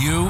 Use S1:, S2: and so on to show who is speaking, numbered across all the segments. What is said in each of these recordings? S1: you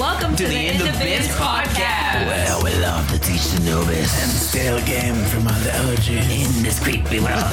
S2: Welcome to, the, End of Biz podcast.
S3: Well, we love to teach the novice. And still game from all the OGs. In this creepy world.
S4: I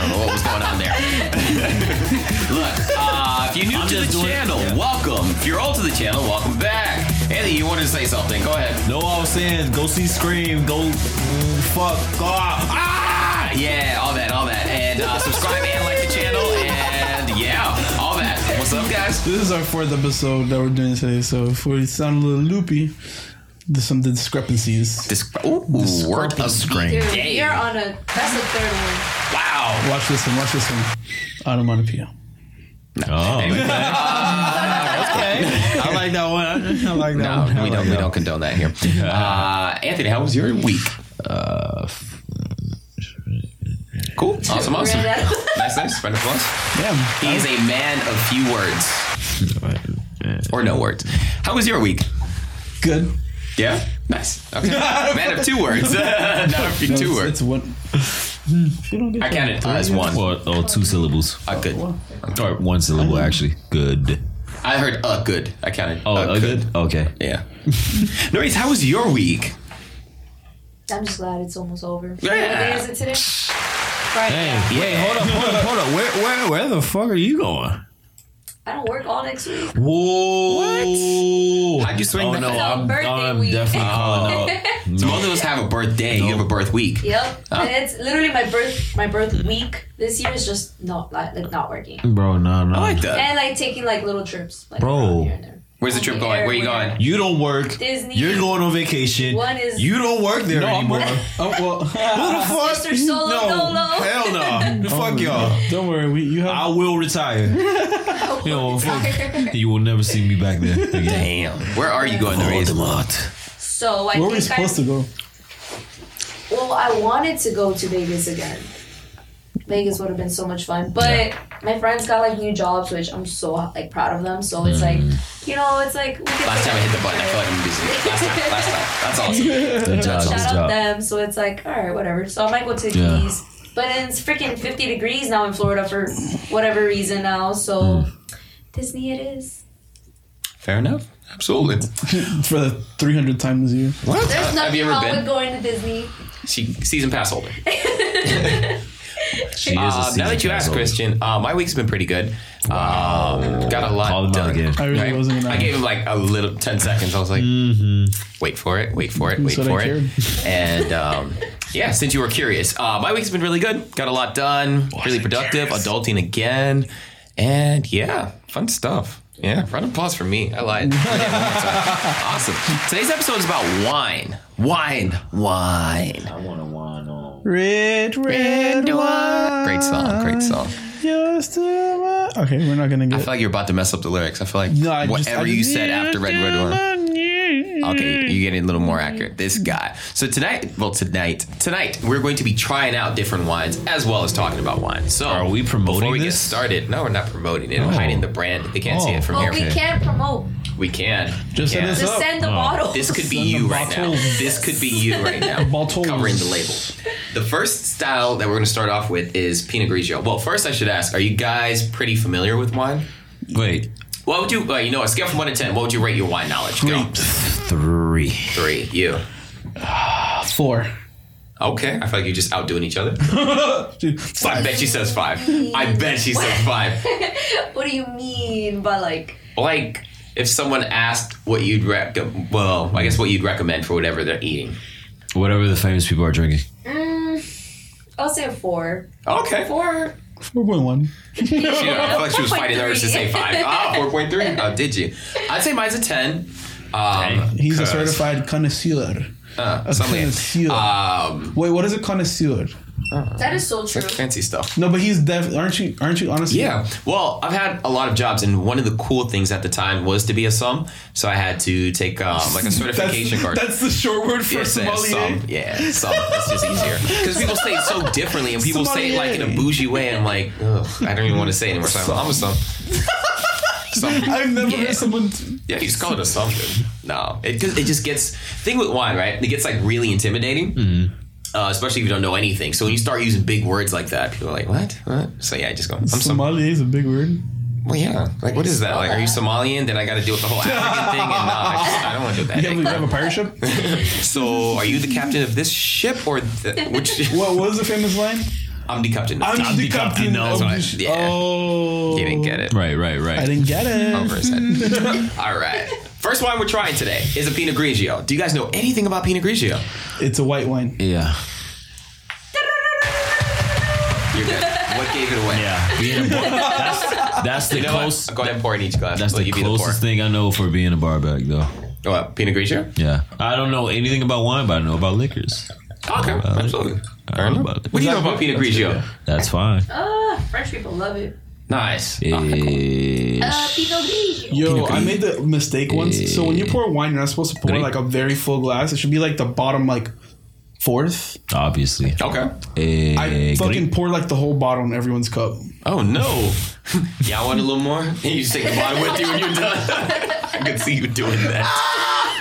S4: don't know what was going on there. Look, uh, if you're new to the channel, welcome. If you're old to the channel, welcome back. Anthony, you wanted to say something? Go ahead.
S5: No, I was saying, go see Scream, go mm, fuck off.
S4: Ah! Yeah, all that, all that. And uh, subscribe and like the channel. And yeah, all that. What's up, guys?
S6: This is our fourth episode that we're doing today, so if we sound a little loopy, there's some discrepancies.
S4: Dis- Ooh, word of screen.
S2: Dude, you're on a that's the third one.
S4: Wow.
S6: Watch this one, watch this one. Onomatopoeia.
S5: I like that one. I like that
S4: No,
S5: one. I
S4: we
S5: like
S4: don't.
S5: that
S4: We
S5: one.
S4: don't condone that here. Uh, Anthony, how was your week?
S5: Uh,
S4: cool. Awesome. Awesome.
S2: Really?
S4: nice. Nice. Round of applause.
S6: Yeah.
S4: He is a man of few words, or no words. How was your week?
S6: Good.
S4: Yeah. Nice. Okay. man of two words. Not a few two words.
S6: It's, it's one.
S4: I counted uh, as one.
S5: Well, oh, two syllables.
S4: Uh, good.
S5: Or one syllable, actually. Good.
S4: I heard uh good. I counted.
S5: Oh, uh, good. Okay.
S4: Yeah. Norris, how was your week?
S2: I'm just glad it's almost over. What day
S4: Yeah.
S2: is it today? Friday.
S5: Hey, wait, hold up, hold up, hold up. Where, where, where the fuck are you going?
S2: I don't work all next week.
S5: Whoa! What?
S4: How'd you swing
S5: Oh
S4: that?
S5: no,
S2: It's
S5: I'm,
S2: on birthday
S5: I'm
S2: week.
S5: definitely calling out.
S4: So most of us have a birthday. You have a birth week.
S2: Yep.
S4: Huh?
S2: And it's literally my birth my birth week. This year is just not like, like not working.
S5: Bro, no, no.
S4: I like that.
S2: And like taking like little trips. Like,
S5: Bro.
S2: around here and there.
S4: Where's the trip going? Where you
S2: Everywhere.
S4: going?
S5: You don't work.
S2: Disney.
S5: You're going on vacation.
S2: One is-
S5: You don't work there anymore.
S6: Oh, well.
S5: Who the fuck?
S2: Mr. Solo
S5: No,
S2: Dolo.
S5: hell Oh, no. The fuck y'all.
S6: Don't worry, we, you have.
S5: I will retire.
S2: Oh,
S5: you know, fuck. You will never see me back there again.
S4: Damn. Where are you going, Norris?
S2: So I
S6: Where
S2: think
S6: were we supposed to
S2: I,
S6: go?
S2: Well, I wanted to go to Vegas again. Vegas would have been so much fun, but my friends got like new jobs, which I'm so like proud of them. So it's like, you know, it's like we could
S4: Mm. Last time I hit the button, I feel like I'm busy. Last time, last time. That's awesome.
S5: Good job.
S2: shout
S5: Good
S2: out
S5: job.
S2: them. So it's like, all right, whatever. So I might go to the
S5: Yeah.
S2: Keys, but it's freaking 50 degrees now in Florida for whatever reason now. So
S4: Hmm.
S2: Disney, it is.
S4: Fair enough. Absolutely.
S6: For the 300 times a year.
S4: What?
S2: There's
S4: Have
S2: nothing
S4: you ever
S2: wrong
S4: been?
S2: with going to Disney.
S4: She season pass holder.
S5: She is a
S4: Uh,
S5: season
S4: now that you
S5: pass
S4: asked,
S5: holder.
S4: Christian, uh, my week's been pretty good. Um, got a lot
S5: Call him out
S4: done.
S5: again.
S6: I really
S4: Right?
S6: wasn't gonna.
S4: I gave him like a little ten seconds. I was like,
S5: Mm-hmm.
S4: "Wait for it, wait for it, wait
S6: That's what
S4: for
S6: I
S4: it."
S6: cared.
S4: And um, yeah, since you were curious, uh, my week's been really good. Got a lot done. really productive. Adulting again, and yeah, fun stuff. Yeah, round of applause for me. I lied. awesome. Today's episode is about wine. Wine. Wine.
S5: I want to wine on.
S6: Red, red wine.
S4: Great song. Great song.
S6: Yours to mine. Okay, we're not gonna
S4: I
S6: get.
S4: feel like you're about to mess up the lyrics. I feel like
S6: No, I just-
S4: whatever
S6: I
S4: you
S6: just-
S4: said after Red Red One. Okay, you're getting a little more accurate. This guy. So tonight, well, tonight, tonight we're going to be trying out different wines as well as talking about wine. So
S5: Are we promoting
S4: before we get
S5: this?
S4: started? No, we're not promoting it. I'm
S5: Oh.
S4: hiding the brand. They can't see
S5: Oh.
S4: it from
S2: Well,
S4: here.
S2: we can't promote.
S4: We can.
S6: Just
S4: We
S6: hit
S4: can.
S6: us
S2: Just
S6: up.
S2: send the bottle.
S4: This could be
S6: Send
S4: you
S6: them
S4: right now.
S6: bottles.
S4: This could be you right now.
S6: Bottles.
S4: Covering the label. The first style that we're going to start off with is Pinot Grigio. Well, first I should ask: Are you guys pretty familiar with wine?
S5: Wait,
S4: What would you? Uh, you know, a scale from one to ten, what would you rate your wine knowledge? Go.
S5: three.
S4: Three. You.
S6: Four.
S4: Okay, I feel like you're just outdoing each other.
S6: Dude,
S4: I bet she says five. I bet she says five.
S2: What do you mean by like?
S4: Like, if someone asked what you'd rec, well, I guess what you'd recommend for whatever they're eating. Mm.
S5: Whatever the famous people are drinking.
S2: I'll say a four.
S4: Okay.
S2: Four.
S6: Four point one.
S4: She, I feel like she was fighting the urge to say
S2: 4.3.
S4: five. Ah, 4.3? Oh, did you? I'd say mine's a 10. Um,
S6: He's a
S4: 'cause,
S6: certified connoisseur.
S4: uh,
S6: A
S4: something-
S6: connoisseur.
S4: Um,
S6: Wait, what is a connoisseur?
S2: That is so true.
S4: fancy stuff.
S6: No, but he's def. Aren't you? Aren't you honestly?
S4: Yeah. Well, I've had a lot of jobs, and one of the cool things at the time was to be a sum. So I had to take um, like a certification
S6: That's,
S4: card.
S6: that's the short word for
S4: Yes, and
S6: sommelier.
S4: Some, yeah, some. It's just easier because people say it so differently, and people say it like in a
S6: Sommelier.
S4: bougie way. And I'm like, Ugh, I don't even want to say it anymore. So I'm, I'm a some. some.
S6: I've never
S4: Yeah.
S6: heard someone. t-
S4: Yeah, you just call it a something. No, it 'cause it just gets thing with wine, right? It gets like really intimidating.
S6: Mm-hmm.
S4: Uh, especially if you don't know anything. So when you start using big words like that, people are like, "What?" what? So yeah, I just go, "I'm some."
S6: Sommelier is a big word.
S4: Well, yeah. Like, what is that? Like, are you Somalian? Then I got to deal with the whole African thing, and uh, I, just, I don't want to do that.
S6: You have, you have a pirate ship.
S4: So, are you the captain of this ship or the, which?
S6: what what was the famous line?
S4: I'm the captain. of
S5: I'm the captain of
S6: the
S5: the
S6: sh-
S4: Yeah. Oh.
S6: Oh,
S4: You didn't get it.
S5: Right, right, right.
S6: I didn't get it.
S4: Over his head. All right. First wine we're trying today is a Pinot Grigio. Do you guys know anything about Pinot Grigio?
S6: It's a white wine.
S5: Yeah.
S4: You're good. What gave it away?
S5: Yeah. Being a bar- that's, that's the
S4: You know what?
S5: close.
S4: Go ahead and pour in each glass.
S5: That's
S4: Let
S5: the
S4: you be
S5: closest thing I know for being a bar back, though.
S4: pour. What, Pinot Grigio?
S5: Yeah. I don't know anything about wine, but I know about liquors.
S4: Okay,
S5: like
S4: absolutely.
S5: Uh, I
S4: Fair
S5: don't
S4: enough.
S5: know about it.
S4: What do you know about Pinot Grigio?
S5: That's fine.
S2: Ah, French people love it.
S4: Nice.
S5: Eh,
S2: Uh, Pinot Grigio.
S6: Yo, I made the mistake once. So when you pour wine, you're not supposed to pour
S5: Great.
S6: like a very full glass. It should be like the bottom like fourth.
S5: Obviously.
S4: Okay.
S5: Eh,
S6: I fucking
S5: Greek-
S6: poured like the whole bottle in everyone's cup.
S4: Oh no. Y'all want a little more? You just take the bottle with you and you're done. I could see you doing that.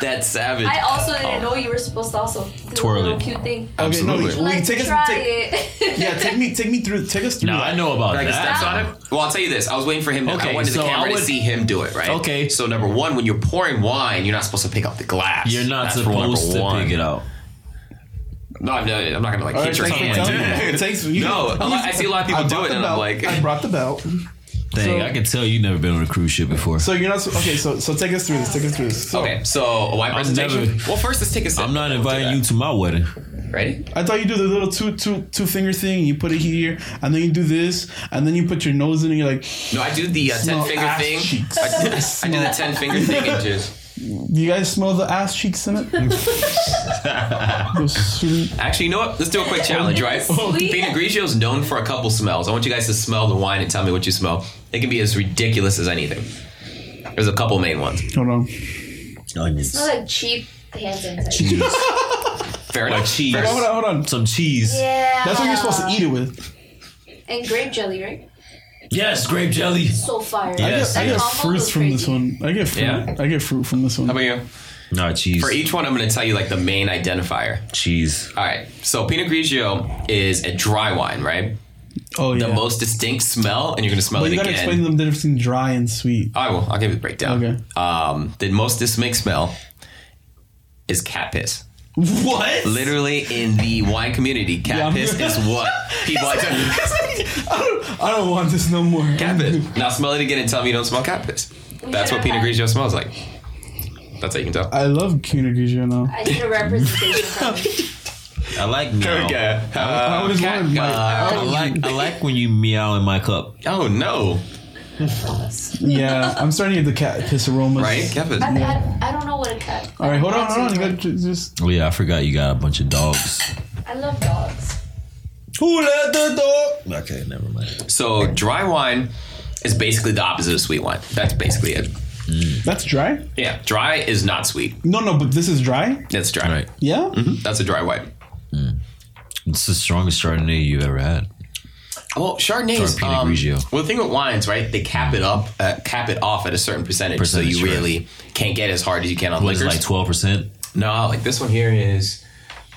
S4: That's savage.
S2: I also didn't know you were supposed to also do a
S5: Twirl
S2: little
S5: it.
S2: cute thing.
S6: Okay, no,
S4: Absolutely.
S6: we-
S2: Like
S6: Uh, take us.
S2: try
S6: Take,
S2: it.
S6: yeah, take me, take me through. Take us through.
S5: Now
S6: that.
S5: I know about
S4: Like a
S5: that.
S4: steps on it? Oh, Well, I'll tell you this. I was waiting for him. To, I
S5: Okay,
S4: wanted
S5: so
S4: the camera
S5: I
S4: to
S5: would-
S4: see him do it, right?
S5: Okay.
S4: So number one, when you're pouring wine, you're not supposed to pick up the glass.
S5: You're not
S4: That's rule number
S5: supposed to
S4: one.
S5: pick it out.
S4: No, I'm not, I'm not gonna like
S6: All right,
S4: hit your
S6: thanks for
S4: hand.
S6: telling me. It takes- you-
S4: no, a lot- I see a lot of
S6: I
S4: people do
S6: brought
S4: it,
S6: the
S4: and I'm
S6: belt.
S4: like,
S6: I brought the belt.
S5: Dang,
S6: So-
S5: I can tell you've never been on a cruise ship before.
S6: So you're not so- okay. So so take us through this. Take us through this. So,
S4: okay. So a wine
S5: I'm
S4: presentation.
S5: never-
S4: well, first let's take a sip.
S5: I'm not
S4: We'll do
S5: inviting
S4: that.
S5: you to my wedding.
S4: Ready?
S6: I thought you do the little two two two finger thing. You put it here, and then you do this, and then you put your nose in, and you're like,
S4: No, I do the uh, ten
S6: Smell
S4: finger
S6: ass
S4: thing.
S6: cheeks.
S4: I, I do the ten finger thing and just.
S6: "Do you guys smell the ass cheeks in it?" Those sweet-
S4: Actually, you know what? Let's do a quick challenge, right?
S6: Oh,
S2: Sweet.
S4: Pinot Grigio is known for a couple smells. I want you guys to smell the wine and tell me what you smell. It can be as ridiculous as anything. There's a couple main ones.
S6: Hold on.
S2: It's not like cheap hand sanitizer.
S5: Cheese.
S4: Fair enough.
S5: cheese.
S4: First-
S6: Hold on. Hold on.
S5: Some cheese.
S2: Yeah.
S6: That's what you're supposed to eat it with.
S2: And grape jelly, right?
S5: Yes, grape jelly.
S2: So fire.
S5: Yes,
S2: That
S6: I get
S2: combo
S6: fruits
S2: goes
S6: from this
S2: crazy.
S6: one. I get fruit.
S4: Yeah?
S6: I get fruit from this one.
S4: How about you?
S5: Nah, cheese.
S4: For each one, I'm going to tell you like the main identifier.
S5: cheese.
S4: All right. So Pinot Grigio is a dry wine, right?
S6: oh yeah.
S4: The most distinct smell, and you're going to smell
S6: but
S4: it
S6: you gotta
S4: again.
S6: explain them the difference between dry and sweet.
S4: I will. I'll give you the breakdown.
S6: Okay.
S4: Um, the most distinct smell is cat piss.
S6: What?
S4: Literally in the wine community, cat
S6: Yeah.
S4: piss is what people.
S6: I don't, I don't want this no more.
S4: cat piss. Now smell it again and tell me you don't smell cat piss. That's what
S2: should
S4: Pinot
S2: have
S4: Grigio smells like. That's how you can tell.
S6: I love Kuna Grigio now.
S2: I need a representation from it.
S5: I like meow.
S4: I
S6: always wanted my- I
S5: I like I like when you meow in my cup.
S4: Oh no!
S6: Yeah, I'm starting to get the cat piss aromas.
S4: Right, cat piss.
S2: I, I, I don't know what a cat.
S6: All right, hold on, hold on. You gotta ju- just.
S5: Oh yeah, I forgot you got a bunch of dogs.
S2: I love dogs.
S5: Who let the dog? Okay, never mind.
S4: So dry wine is basically the opposite of sweet wine. That's basically it.
S6: That's dry.
S4: Yeah, dry is not sweet.
S6: No, no, but this is dry.
S4: That's dry.
S5: All right,
S6: Yeah.
S4: That's a dry wine.
S5: it's the strongest Chardonnay you've ever had.
S4: Well, Chardonnays.
S5: Sorry, Pinot
S4: um,
S5: Grigio.
S4: well, the thing with wines, right? They cap it up, uh, cap it off at a certain percentage,
S5: Percentage,
S4: so you
S5: right.
S4: really can't get as hard as you can on
S5: What is
S4: liquors.
S5: it, like twelve percent?
S4: no, like this one here is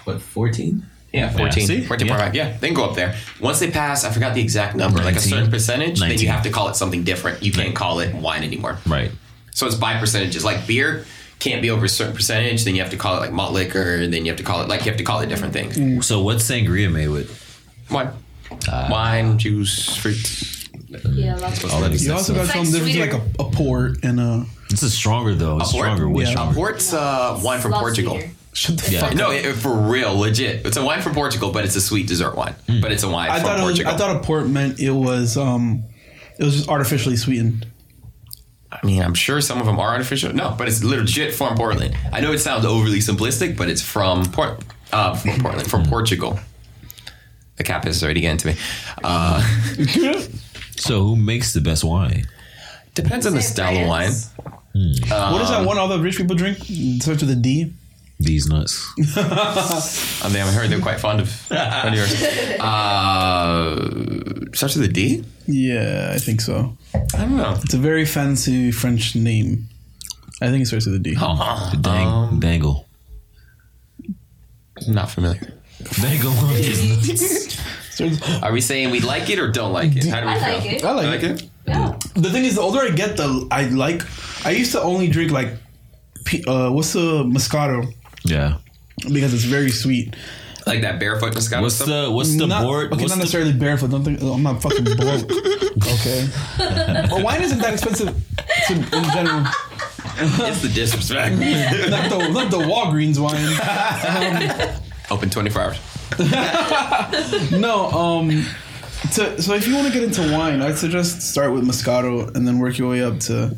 S4: what fourteen. Yeah, 14.
S5: see?
S4: 14
S5: Yeah.
S4: yeah. yeah, they can go up there. Once they pass, I forgot the exact number, like a
S5: 19.
S4: certain percentage, then you
S5: 19.
S4: have to call it something different. You can't call it wine anymore.
S5: Right.
S4: So it's by percentages. Like beer can't be over a certain percentage, then you have to call it like malt liquor, and then you have to call it like you have to call it different things.
S5: So what's sangria made with?
S4: Wine.
S5: Uh,
S4: Wine, juice, fruit.
S2: Yeah, lots of
S5: All that
S6: You
S5: except
S6: also
S5: stuff.
S6: got
S2: It's like
S6: something different,
S2: sweeter.
S6: like a, a port and a.
S5: This is stronger though. It's
S4: port?
S5: stronger. Way
S6: Yeah.
S5: stronger.
S4: Port's uh, wine from
S2: Lots
S4: Portugal.
S2: sweeter.
S6: Shut the fuck
S4: No,
S6: up.
S4: it, for real, legit. It's a wine from Portugal, but it's a sweet dessert wine.
S5: Hmm.
S4: But it's a wine
S6: I
S4: from
S6: thought it was,
S4: Portugal.
S6: I thought a port meant it was um it was just artificially sweetened.
S4: I mean, I'm sure some of them are artificial. No, but it's legit from Portland. I know it sounds overly simplistic, but it's from Port, uh, from Portland, from Portugal. The cap is already getting to me. Uh,
S5: So who makes the best wine?
S4: depends on the
S2: Say
S4: style of wine.
S2: France.
S6: what is that one all the rich people drink? It starts with a D.
S5: These nuts.
S4: I mean, I've heard they're quite fond of of yours. Uh, starts with a D.
S6: Yeah, I think so.
S4: I don't know.
S6: It's a very fancy French name. I think it starts with a D.
S5: The dang,
S4: Um,
S5: dangle.
S4: Not familiar.
S5: Dangle on these nuts.
S6: Starts-
S4: Are we saying we like it or don't like it? How do we
S2: I
S4: feel?
S2: like it.
S6: I
S4: I
S6: like,
S4: like
S6: it.
S4: it.
S2: Yeah.
S6: The thing is, the older I get, the I like. I used to only drink like, pe- uh, what's the Moscato
S5: Yeah.
S6: because it's very sweet.
S4: Like that barefoot Moscato
S5: What's
S4: stuff.
S5: the what's the
S6: not,
S5: board?
S6: Okay,
S5: what's
S6: not
S5: the-
S6: necessarily barefoot. Don't think oh, I'm not fucking broke. okay, but wine isn't that expensive to, in general.
S4: it's the disrespect.
S6: Not the not the Walgreens wine.
S4: Open 24 hours.
S6: No, um. To, so if you want to get into wine, I'd suggest start with Moscato and then work your way up to.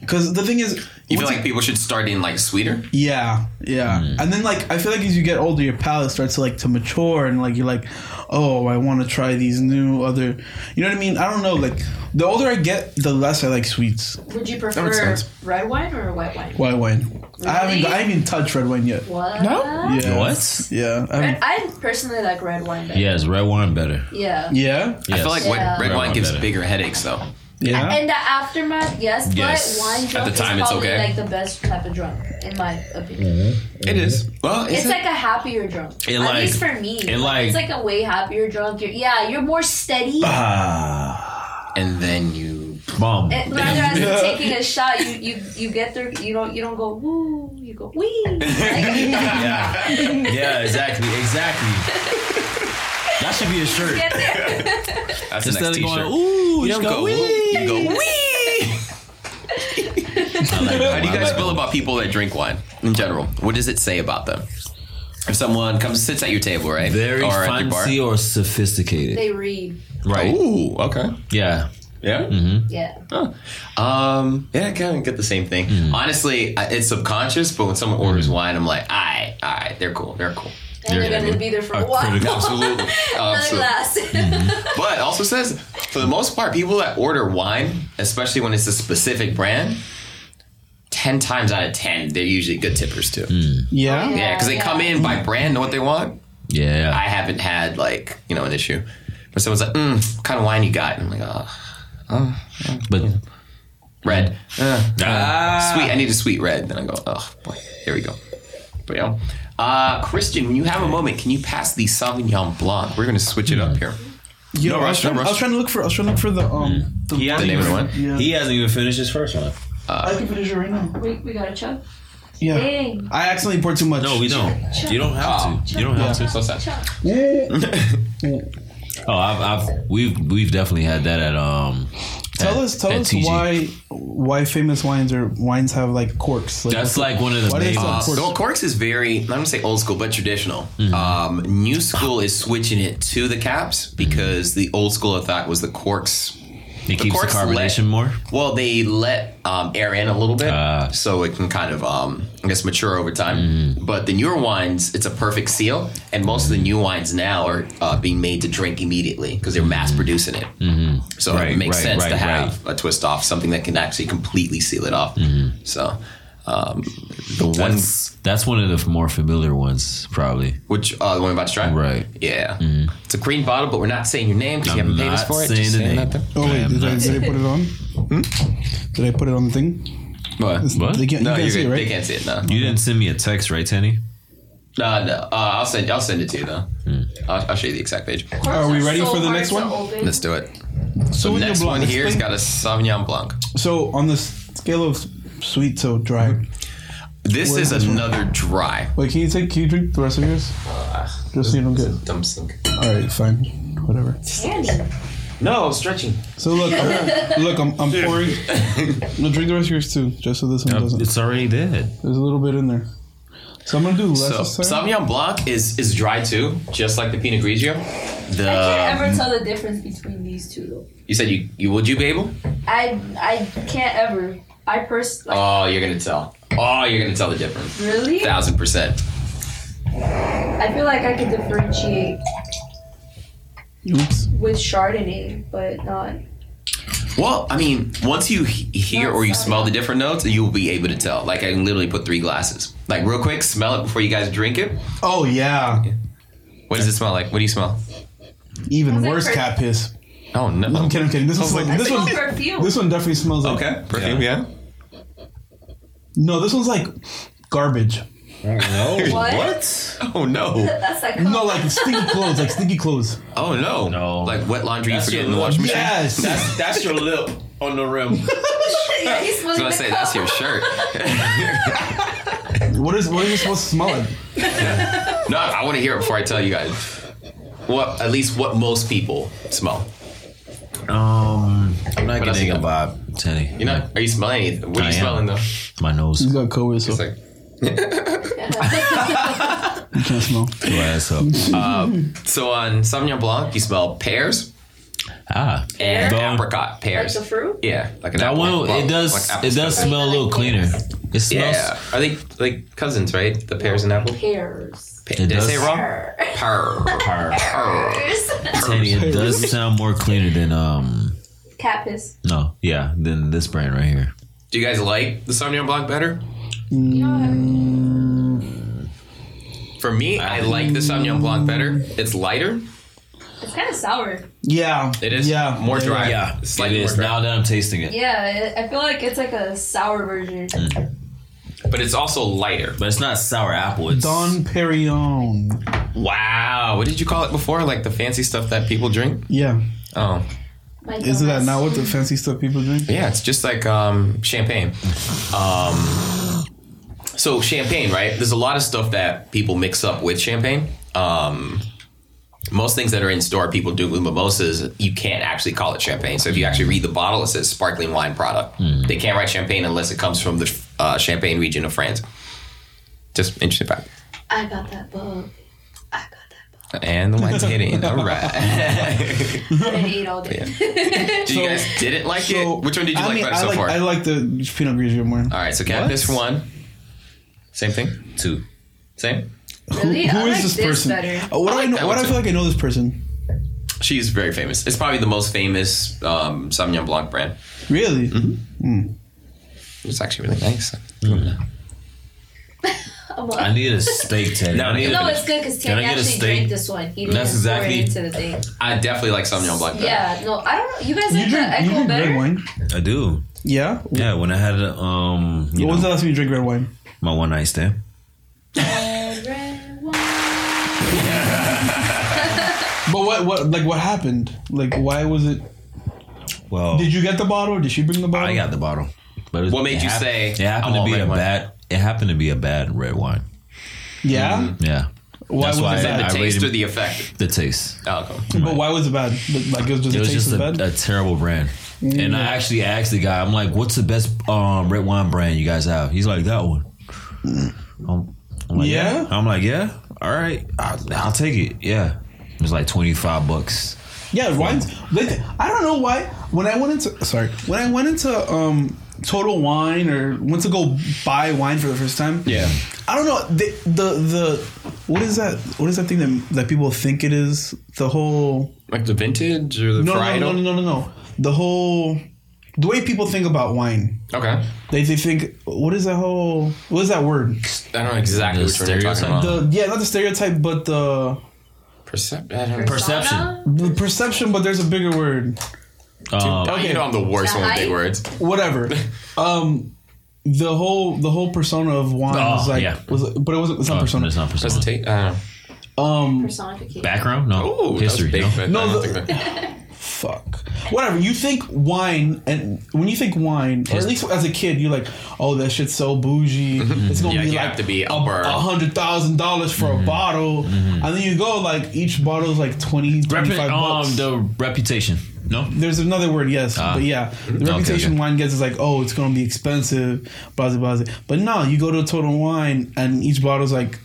S6: Because the thing is,
S4: You feel
S6: once
S4: like Hmm. people should start in like sweeter?
S6: Yeah, yeah. And then like I feel like as you get older, your palate starts to like to mature, and like you're like, oh, I want to try these new other. You know what I mean? I don't know. Like the older I get, the less I like sweets.
S2: Would you
S6: makes
S2: prefer
S6: sense.
S2: red wine or white wine?
S6: White wine. I haven't. I haven't even touched red wine yet.
S2: What? No.
S6: Yeah.
S5: What?
S6: Yeah. I
S2: Red,
S6: haven't-
S2: I personally like red wine. Better.
S5: Yes, red wine better.
S2: Yeah.
S6: yeah.
S4: I feel like
S5: Yes.
S4: white,
S2: Yeah.
S4: red
S5: Red
S4: wine
S5: wine
S4: gives
S5: better.
S4: bigger headaches though.
S6: Yeah.
S2: And the aftermath, yes,
S5: Yes.
S2: but wine drunk
S4: the time,
S2: is
S4: it's
S2: probably
S4: okay.
S2: like the best type of drunk, in my opinion.
S6: Mm-hmm.
S4: It is. Mm-hmm. Well,
S2: It's
S4: it?
S2: like a happier drunk.
S5: It
S2: At
S5: like-
S2: least for me.
S5: it
S2: it's
S5: like-
S2: like a way happier drunk. You're, yeah, you're more steady.
S6: Ah,
S4: Ah. and then you.
S5: Bomb.
S2: It- eh, rather than taking a shot, you, you you get there. You don't you don't go woo. You go wee. Like,
S5: Yeah. Yeah, exactly. Exactly. That should be a shirt.
S2: get there.
S4: That's the
S5: Instead
S4: next
S5: of
S4: T-shirt.
S5: going, ooh, you,
S4: you
S5: just
S4: go.
S5: go,
S4: You go. Wee. How do you guys
S5: like
S4: feel about people that drink wine in general? What does it say about them? If someone comes sits at your table, right?
S5: Very
S4: or at your bar.
S5: fancy or sophisticated.
S2: They read.
S5: right.
S4: Ooh, okay.
S5: Yeah.
S4: Yeah.
S2: Yeah.
S4: Um, yeah, I kind of get the same thing. Honestly, I- it's subconscious, but when someone orders wine, I'm like, all right, all right, they're cool, they're cool.
S2: And
S5: You're
S2: they're
S5: kidding.
S2: gonna be there for
S5: A
S2: a while.
S5: critical-
S4: Absolutely.
S2: Another
S4: Absolutely.
S2: glass.
S4: But also says, for the most part, people that order wine, especially when it's a specific brand, 10 times out of 10, they're usually good tippers too.
S6: Yeah.
S2: Oh, yeah.
S4: Yeah, because they come in by brand, know what they want.
S5: Yeah.
S4: I haven't had, like, you know, an issue. But someone's like, mm, what kind of wine you got? And I'm like, oh,
S5: but
S4: red. Uh,
S5: Ah.
S4: sweet. I need a sweet red. Then I go, oh, boy, here we go. But yeah. Uh, Christian, when you have a moment, can you pass the Sauvignon Blanc? We're going to switch it up here.
S6: Yo, I,
S4: rush,
S6: was
S4: no
S6: trying, I
S4: rush.
S6: was trying to look for. I was trying to look for the um. The,
S5: he hasn't,
S4: name of the uh,
S5: even,
S4: wine?
S6: Yeah.
S5: he hasn't even finished his first one.
S6: I can finish it right now.
S2: we, we gotta chug.
S6: Yeah.
S2: Dang.
S6: I accidentally poured too much.
S5: No, we don't. You don't have
S2: Oh.
S5: to. You don't have to.
S4: So sad.
S2: Chug.
S5: Oh, I've, I've we've we've definitely had that at um.
S6: Tell
S5: at-
S6: us, tell
S5: at
S6: us
S5: TG.
S6: why why famous wines or wines have like corks. Like,
S5: That's like one of the
S6: Why do they
S5: main.
S6: sell
S4: Uh,
S5: ones.
S6: corks?
S4: so Corks is very, I'm gonna say old school, but traditional. Um, new school is switching it to the caps because the old school of thought was the Corks.
S5: It keeps the
S4: cork's
S5: carbonation
S4: lit.
S5: more.
S4: Well, they let um, air in a little bit,
S5: Ah.
S4: so it can kind of, um, I guess, mature over time.
S5: Mm-hmm.
S4: But the newer wines, it's a perfect seal, and most of the new wines now are uh, being made to drink immediately because they're mass producing it. So
S5: Mm-hmm. Right,
S4: it makes
S5: right,
S4: sense to
S5: right,
S4: have a twist off something that can actually completely seal it off. So. Um, the one
S5: Mm-hmm. That's that's one of the more familiar ones, probably.
S4: Which uh, the one we're about to try?
S5: Right. Mm-hmm.
S4: Yeah. It's a green bottle, but we're not saying your name because you haven't paid us
S5: not
S4: for it.
S5: saying
S4: Just
S5: the name.
S4: that there.
S6: Oh wait,
S5: Bam,
S6: did I,
S5: that's
S6: did I put it on? Did I put it on the thing?
S4: What?
S5: What?
S6: They can't,
S4: No, you're
S6: you can't see it,
S4: good. They
S6: right?
S4: can't see it. No.
S5: You didn't send me a text, right, Tanny?
S4: No, no. Uh, I'll send. I'll send it to you though. I'll, I'll show you the exact page.
S6: Are we
S2: Corks
S6: ready
S2: so
S6: for the
S2: hard
S6: next
S2: to
S6: one?
S2: open.
S4: Let's do it.
S6: So
S4: The
S6: in your
S4: next
S6: blog,
S4: one here has
S6: explain-
S4: got a Sauvignon Blanc.
S6: So on the scale of sweet to dry,
S4: This
S6: Where
S4: is
S6: is this one?
S4: another dry.
S6: wait, can you take? Can you drink the rest of yours? Just so you don't get.
S4: Dumb sink.
S6: All right, fine, whatever.
S2: Candy.
S4: No, I'm stretching.
S6: So look, I'm, look, I'm, I'm pouring. No, drink the rest of yours too, just so this one doesn't.
S5: It's already dead.
S6: There's a little bit in there. So I'm gonna do
S4: So
S6: less. So,
S4: Sauvignon Blanc is is dry too, just like the Pinot Grigio.
S2: I can't
S4: The
S2: ever tell the difference between these two though.
S4: you said you you would you be able?
S2: I I can't ever. I pers like
S4: Oh, you're gonna tell. Oh, you're gonna tell the difference.
S2: really.
S4: Thousand percent.
S2: I feel like I could differentiate
S6: Oops.
S2: with Chardonnay, but not.
S4: Well, I mean, once you he- hear or you smell the different notes, you'll be able to tell. Like I can literally put three glasses. Like real quick, smell it before you guys drink it.
S6: Oh yeah,
S4: What does it smell like? What do you smell?
S6: even
S2: Sounds like
S6: worse
S2: per-
S6: cat piss.
S4: Oh no.
S6: I'm kidding. I'm kidding. This one's like
S2: I
S6: this
S2: smell
S6: one.
S2: perfume.
S6: This one definitely smells like.
S4: Okay, perfume. Yeah.
S6: No, this one's like garbage.
S5: No.
S2: What?
S4: Oh no.
S2: That's like
S6: No, like stinky clothes, like stinky clothes.
S4: Oh no.
S5: No.
S4: Like wet laundry you forget in the
S5: your-
S4: washing machine.
S6: Yes.
S5: That's that's your lip on the rim.
S2: yeah, he's smelling
S4: I was
S2: the
S4: gonna say that's your
S2: cup.
S4: shirt.
S6: what is what is it supposed to smell like?
S4: No, I want to hear it before I tell you guys. What at least what most people smell.
S5: Um, I'm not
S4: What else
S5: getting
S4: you
S5: a
S4: got?
S5: vibe, Teddy.
S4: You know, are you smelling anything? What are
S5: I
S4: you
S5: am.
S4: smelling though?
S5: My nose.
S6: He's got COVID, so
S4: It's like
S6: you can't smell.
S5: Your ass up.
S4: so on Sauvignon Blanc, you smell pears
S5: Ah,
S4: and
S5: Bone.
S4: apricot
S2: Like
S4: pears.
S2: the fruit.
S4: yeah, like an
S5: that
S4: apple.
S5: one.
S4: Well,
S5: It does.
S4: like apple
S5: It does
S4: cider.
S5: smell a little cleaner. It smells.
S4: Yeah, are they like cousins, right? The pears and apple.
S2: Pears.
S4: Did I
S5: does.
S4: say it wrong?
S2: Pear.
S4: Pear. Pear.
S5: Teddy, it does sound more cleaner than um.
S2: Cat piss.
S5: No, yeah, than this brand right here.
S4: Do you guys like the Sauvignon Blanc better?
S6: Mm.
S4: For me, I like the Sauvignon Blanc better. It's lighter.
S2: It's kind of sour.
S6: Yeah,
S4: It is
S6: Yeah,
S4: more
S6: yeah,
S4: dry.
S5: Yeah,
S4: Slightly
S5: it is.
S4: more dry.
S5: Now that I'm tasting it,
S2: Yeah, I I feel like it's like a sour version.
S4: Mm. but it's also lighter.
S5: but it's not sour apple. It's
S6: Don Perignon.
S4: Wow, what did you call it before? Like the fancy stuff that people drink?
S6: Yeah,
S4: Oh,
S2: My
S6: isn't that
S2: dumbass.
S6: not what the fancy stuff people drink?
S4: yeah, it's just like um, champagne. Um, so champagne, right? There's a lot of stuff that people mix up with champagne. Um, most things that are in store people do with mimosas, you can't actually call it champagne. So if you actually read the bottle, it says sparkling wine product. They can't write champagne unless it comes from the uh, Champagne region of France. Just interesting fact.
S2: I got that bug. I got that bug.
S4: And the wine's hitting. All right.
S2: I didn't eat all day.
S4: Did you guys didn't like it? Which one did you
S6: I
S4: like
S6: mean,
S4: better
S6: I
S4: so
S6: like,
S4: far?
S6: I like the Pinot Grigio more.
S4: All right, so cat
S5: What?
S4: piss for one. Same thing.
S5: two.
S4: Same.
S2: Really?
S6: Who
S2: I
S6: is
S2: like
S6: this,
S2: this
S6: person?
S2: better.
S6: Uh, What
S4: I
S6: do I,
S4: like that
S6: know? What
S4: one
S6: I
S4: too.
S6: feel like I know this person.
S4: She's very famous. It's probably the most famous um, Sauvignon Blanc brand.
S6: Really?
S4: Mm-hmm. It's actually really nice.
S2: I'm like-
S5: Mm. I need a steak, Teddy.
S4: No,
S5: I need
S4: no,
S2: no,
S5: a-
S2: it's good because
S5: Can
S2: Tanny
S5: I get a
S2: actually
S5: steak?
S2: drank this one. He didn't
S5: That's
S2: even pour it
S5: exactly-
S2: into the thing.
S4: I definitely like Sauvignon Blanc. Better.
S2: Yeah, no, I don't know. You guys
S6: You
S2: like the
S6: drink, you
S2: Echo
S6: drink red
S2: better?
S6: wine?
S5: I do.
S6: Yeah.
S5: Yeah, when I had a, um, you
S6: When
S5: know,
S6: was the last time you drank red wine?
S5: my one night stand.
S2: Red wine.
S6: But what? What? Like what happened? Like why was it?
S5: Well,
S6: Did you get the bottle? Did she bring the bottle?
S5: I got the bottle. But it-
S4: What made
S5: it
S4: you say,
S5: It
S4: "I
S5: happened to
S4: want
S5: be
S4: red
S5: a
S4: wine"?
S5: bad. It happened to be a bad red wine.
S6: Yeah.
S4: Mm-hmm.
S5: Yeah,
S6: Why
S5: That's
S6: was
S5: why
S6: it
S4: The
S5: I
S6: bad?
S4: taste
S5: rated-
S4: or the effect?
S5: the taste.
S4: Oh, okay.
S6: but why was it bad? Like it was just
S5: It
S6: the
S5: was
S6: taste
S5: just
S6: was bad. Mm.
S5: a, a terrible brand. And I actually asked the guy, I'm like, what's the best um, red wine brand you guys have? He's like, that one. I'm, I'm like,
S6: Mm. Yeah?
S5: yeah. I'm like, yeah. All right. I'll, I'll take it. Yeah. It was like 25 bucks.
S6: Yeah, wines. Like I don't know why. When I went into sorry, when I went into um Total Wine or went to go buy wine for the first time.
S4: Yeah.
S5: Mm.
S6: I don't know the the the what is that? What is that thing that that people think it is? The whole
S4: Like the vintage or the
S6: no no,
S4: varietal?
S6: no no no no no the whole the way people think about wine.
S4: Okay.
S6: They they think what is that whole what is that word?
S4: I don't know exactly
S5: The
S4: which one you're talking
S5: stereotype?
S4: about.
S6: The yeah not the stereotype but the
S4: Percep- I don't know.
S5: Perception.
S2: Persona?
S6: the perception but there's a bigger word.
S5: Um,
S4: Oh, You know I'm the worst
S2: The
S4: one with
S2: hype?
S4: big words.
S6: whatever. um, the whole the whole persona of wine
S5: Oh,
S6: was like,
S5: yeah.
S6: was but it wasn't it's not persona.
S5: uh, It's not
S4: What's the
S5: persona.
S4: taste? I don't know.
S5: Mm-hmm.
S6: Um,
S2: Personification.
S5: Background? No.
S4: Oh,
S5: History.
S4: That was big,
S5: no?
S4: but I
S6: No,
S4: don't
S6: the-
S4: think that-
S6: fuck. Whatever. You think wine, and when you think wine, or at least as a kid, you're like, oh, that shit's so bougie. It's gonna
S4: Yeah,
S6: be
S4: you
S6: like
S4: have to be
S6: a
S4: upper. Mm-hmm.
S6: a hundred thousand dollars for a bottle, and then you go like each bottle's like twenty
S5: Repu-
S6: 25
S5: um,
S6: bucks.
S5: the reputation. No?
S6: There's another word, yes,
S5: Ah.
S6: but yeah, the
S5: Okay,
S6: reputation
S5: okay.
S6: wine gets is like, oh, it's gonna be expensive, blah blah blah. blah. But no, you go to Total Wine and each bottle's like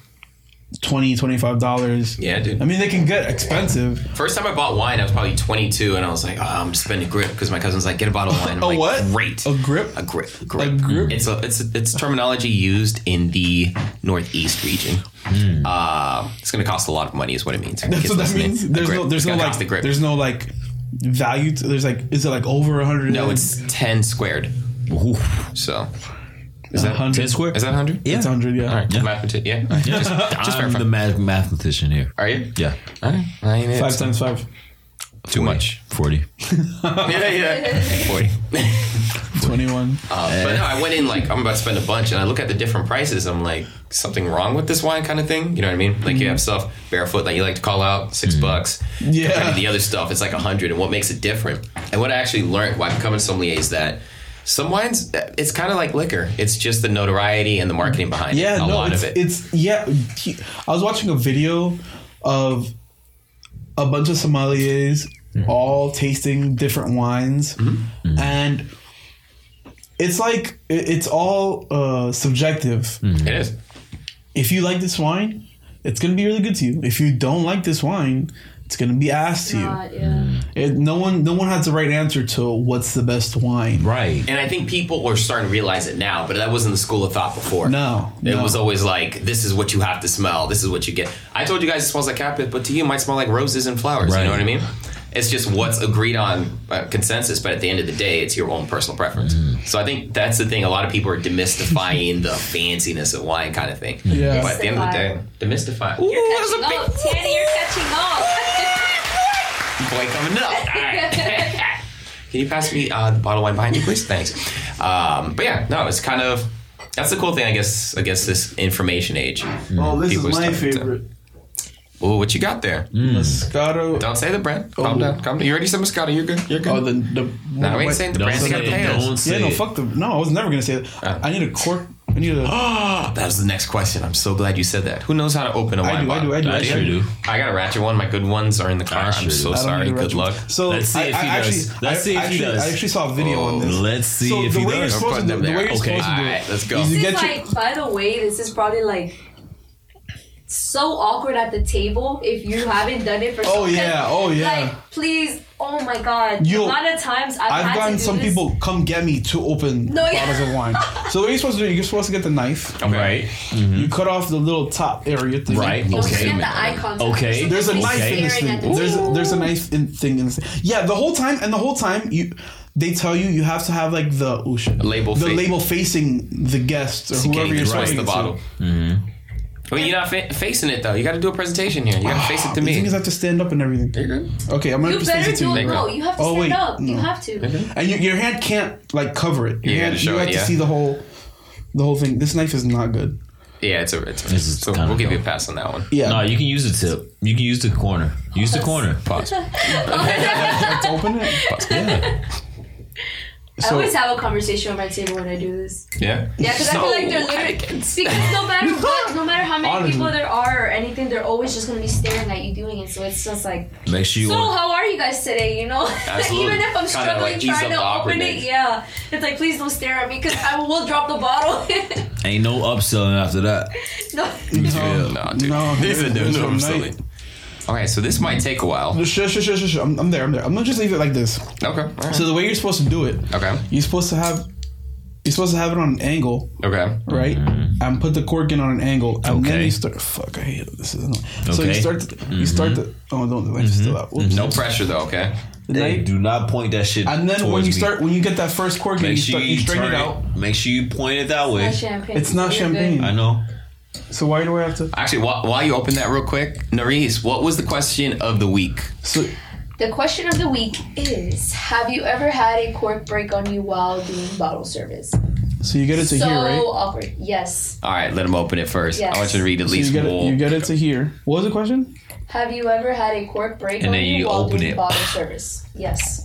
S6: 20 dollars.
S4: Yeah, dude.
S6: I mean, they can get expensive.
S4: First time I bought wine, I was probably 22, and I was like, oh, I'm just spending grip because my cousin's like, get a bottle of wine. I'm
S6: A
S4: like,
S6: Oh, what?
S4: Great.
S6: A grip?
S4: A grip. Grip.
S6: grip?
S4: It's a, it's it's terminology used in the northeast region. Uh, it's going to cost a lot of money, is what it means.
S6: Hmm. That's
S4: Kids
S6: what that
S4: listening,
S6: means.
S4: a
S6: There's
S4: grip.
S6: no, there's
S4: It's
S6: no
S4: gonna
S6: like,
S4: cost a grip.
S6: there's no like value. To, there's like, is it like over hundred?
S4: no, it's 10 squared. So
S6: is that hundred?
S5: Ten square?
S4: is that 100?
S5: Yeah.
S6: It's hundred. Yeah.
S4: All right.
S5: Yeah.
S4: Mathemat- yeah. All right. Just, just
S5: I'm
S4: verify.
S5: the math- mathematician here.
S4: Are you?
S5: Yeah.
S4: All right. I ain't it.
S6: Five times five.
S4: Too much.
S5: 40.
S4: yeah, yeah. 40.
S6: 21.
S4: Uh,
S6: Eh.
S4: but no, I went in like I'm about to spend a bunch, and I look at the different prices. I'm like, something wrong with this wine, kind of thing. You know what I mean? Like you have stuff barefoot that you like to call out 6 bucks.
S6: Mm. Yeah.
S4: Compared to the other stuff, it's like a hundred. And what makes it different? And what I actually learned while becoming sommelier is that some wines, eh, it's kind of like liquor. It's just the notoriety and the marketing behind it.
S6: Yeah,
S4: a
S6: no,
S4: lot
S6: it's,
S4: of it.
S6: it's yeah. he- I was watching a video of a bunch of sommeliers
S4: Mm-hmm.
S6: all tasting different wines, and it's like it- it's all uh, subjective.
S4: it is.
S6: If you like this wine, it's gonna be really good to you. If you don't like this wine, it's gonna be asked to you.
S2: Not,
S5: Mm.
S2: yeah.
S6: It, no one, no one has the right answer to what's the best wine.
S5: Right.
S4: And I think people are starting to realize it now, but that wasn't the school of thought before.
S6: No,
S4: It
S6: no.
S4: was always like, this is what you have to smell. This is what you get. I told you guys it smells like catnip, but to you, it might smell like roses and flowers. You
S5: Right.
S4: know what I mean? It's just what's agreed on uh, consensus, but at the end of the day, it's your own personal preference.
S6: Mm.
S4: So I think that's the thing. A lot of people are demystifying the fanciness of wine kind of thing.
S6: Yeah.
S4: But at the end of the day, demystify. Ooh,
S2: You're
S4: there's a
S2: catching
S4: big
S2: up. Tanny, you're catching up.
S4: boy coming up. All right. Can you pass me uh, the bottle of wine behind you, please? Thanks. Um, but yeah, no, it's kind of that's the cool thing, I guess. I guess this information age.
S6: Oh, this
S4: People's
S6: is my
S4: type of-
S6: favorite.
S4: Ooh, what you got there?
S6: Mm. Moscato.
S4: Mm. Don't say the brand. Calm
S6: Oh.
S4: down. Calm down. You already said Moscato. You're good. You're good.
S6: Oh, the the.
S4: no, we
S6: white-
S4: ain't saying the
S5: Don't
S4: brand. They
S5: say
S4: gotta
S5: it.
S4: pay us.
S5: Don't say
S6: Yeah, no,
S5: it. Ah.
S6: fuck the. No, I was never gonna say that. I need a cork. I need a.
S4: Ah, that was the next question. I'm so glad you said that. Who knows how to open a wine
S6: I do, I
S4: bottle?
S6: do, I do.
S5: I sure do.
S4: I got a ratchet one. My good ones are in the car.
S5: I sure
S4: I'm
S5: do.
S4: so
S5: I
S6: I don't
S4: sorry.
S6: need a
S4: Good
S6: retro-
S4: luck.
S6: So
S5: Let's see
S6: I,
S5: if he
S6: I
S5: does.
S6: actually,
S5: Let's
S6: I,
S5: see if he
S6: actually,
S5: does. Oh,
S6: I actually saw a video on this.
S5: Let's see
S6: so
S5: if
S6: the
S5: he
S6: way
S5: does.
S6: You're
S4: I'm
S6: supposed
S4: putting
S6: to do,
S4: them
S6: the
S4: there.
S6: way you're
S4: Okay.
S6: supposed to do
S4: Alright,
S6: it.
S4: let's go.
S6: is You
S2: This
S6: get
S2: is
S6: your,
S2: like, by the way, this is probably like so awkward at the table if you haven't done it for.
S6: Oh,
S2: someone.
S6: yeah. Oh, yeah.
S2: Like, please. Oh my God.
S6: Yo,
S2: a lot of times I've, had
S6: I've
S2: to
S6: gotten
S2: do
S6: some
S2: this.
S6: people come get me to open
S2: No, yeah.
S6: bottles of wine. So what you're supposed to do, you're supposed to get the knife.
S5: Right.
S6: You cut off the little top area thing.
S5: Mm-hmm. Right.
S2: Don't
S5: Okay.
S2: stand the eye contact.
S5: Okay.
S2: You're
S6: There's a
S2: supposed to
S6: knife
S2: be
S6: in this
S2: staring at
S6: thing.
S2: the
S6: There's
S2: table.
S6: there's a knife in, thing in this. Thing. Yeah, the whole time and the whole time you. They tell you you have to have like the oh shit,
S4: Label
S6: the
S4: fa-
S6: label facing the guest or whoever
S4: Getting
S6: you're
S4: the price
S6: serving
S4: of the
S6: it
S4: bottle.
S6: to. Mm-hmm.
S4: I mean, you're not fa- facing it though. You got to do a presentation here. You got to face it to
S6: The
S4: me.
S6: thing is, I have to stand up and everything.
S4: You're good.
S6: Okay, I'm gonna
S2: You
S6: just face
S2: better
S6: it to
S2: do it.
S4: There you
S2: No,
S4: go.
S2: you have to
S6: Oh,
S2: stand
S6: wait,
S2: up. You
S6: no.
S2: have to.
S6: And you, your hand can't like cover it. Your
S4: You gotta
S6: hand,
S4: show
S6: you
S4: it,
S6: have
S4: yeah.
S6: to see the whole, the whole thing. This knife is not good.
S4: Yeah, it's a. It's a
S5: This is
S4: so
S5: kinda
S4: we'll give you a
S5: dope.
S4: pass on that one.
S6: Yeah,
S5: No, you can use the tip. You can use the corner. Use the corner.
S4: Pause.
S6: let's open it.
S5: Yeah.
S2: I
S6: So
S2: always have a conversation with my table when I do this.
S4: Yeah.
S2: Yeah, because I feel like they're literally because no matter what, no matter how many people there are or anything, they're always just gonna be staring at you doing it. So it's just like,
S5: Make sure you.
S2: so
S5: order-
S2: how are you guys today? You know,
S4: Absolutely.
S2: even if I'm
S4: Kinda
S2: struggling
S4: like ease up
S2: trying
S4: the
S2: to open it,
S4: awkwardness.
S2: yeah, it's like please don't stare at me because I will drop the bottle.
S5: Ain't no upselling after that.
S2: no,
S4: No,
S6: no,
S4: no, dude.
S6: no,
S4: These are
S6: there's
S4: no,
S6: some
S4: I'm
S6: night-
S4: silly. All right, so this might take a while.
S6: Sure, sure, sure, sure, sure. I'm, I'm there. I'm there. I'm gonna just leave it like this.
S4: Okay. all right.
S6: So the way you're supposed to do it,
S4: Okay.
S6: you're supposed to have, you're supposed to have it on an angle,
S4: Okay.
S6: right? And put the cork in on an angle, and then
S5: Mm. Okay.
S6: you start. Fuck, I hate it. This is annoying. So you
S5: Okay. Mm-hmm.
S6: start. The, You start the. Oh, don't. The knife is still out. Whoops.
S4: No pressure though. Okay.
S6: The
S5: Hey,
S6: knife-
S5: do not point that shit.
S6: And then when
S5: towards
S6: you
S5: me.
S6: start, when you get that first cork, and
S5: make
S6: you,
S5: sure
S6: start,
S5: you,
S6: you straighten
S5: turn
S6: it out.
S5: Make sure you point it that way.
S2: not champagne.
S6: It's not
S2: You're
S6: champagne.
S2: good.
S5: I know.
S6: So why do I have to?
S4: Actually, while, while you open that real quick, Nerys, what was the question of the week?
S6: So
S2: The question of the week is: Have you ever had a cork break on you while doing bottle service?
S6: so you get it to
S2: so
S6: here, right?
S2: awkward. Yes.
S4: All right, let him open it first.
S2: Yes.
S4: I want you to read at
S6: So you
S4: least
S6: get it, you
S4: one.
S6: get it to here. What was the question?
S2: Have you ever had a cork break
S5: And
S2: on
S5: then you
S2: while
S5: open
S2: doing
S5: it.
S2: bottle service? Yes.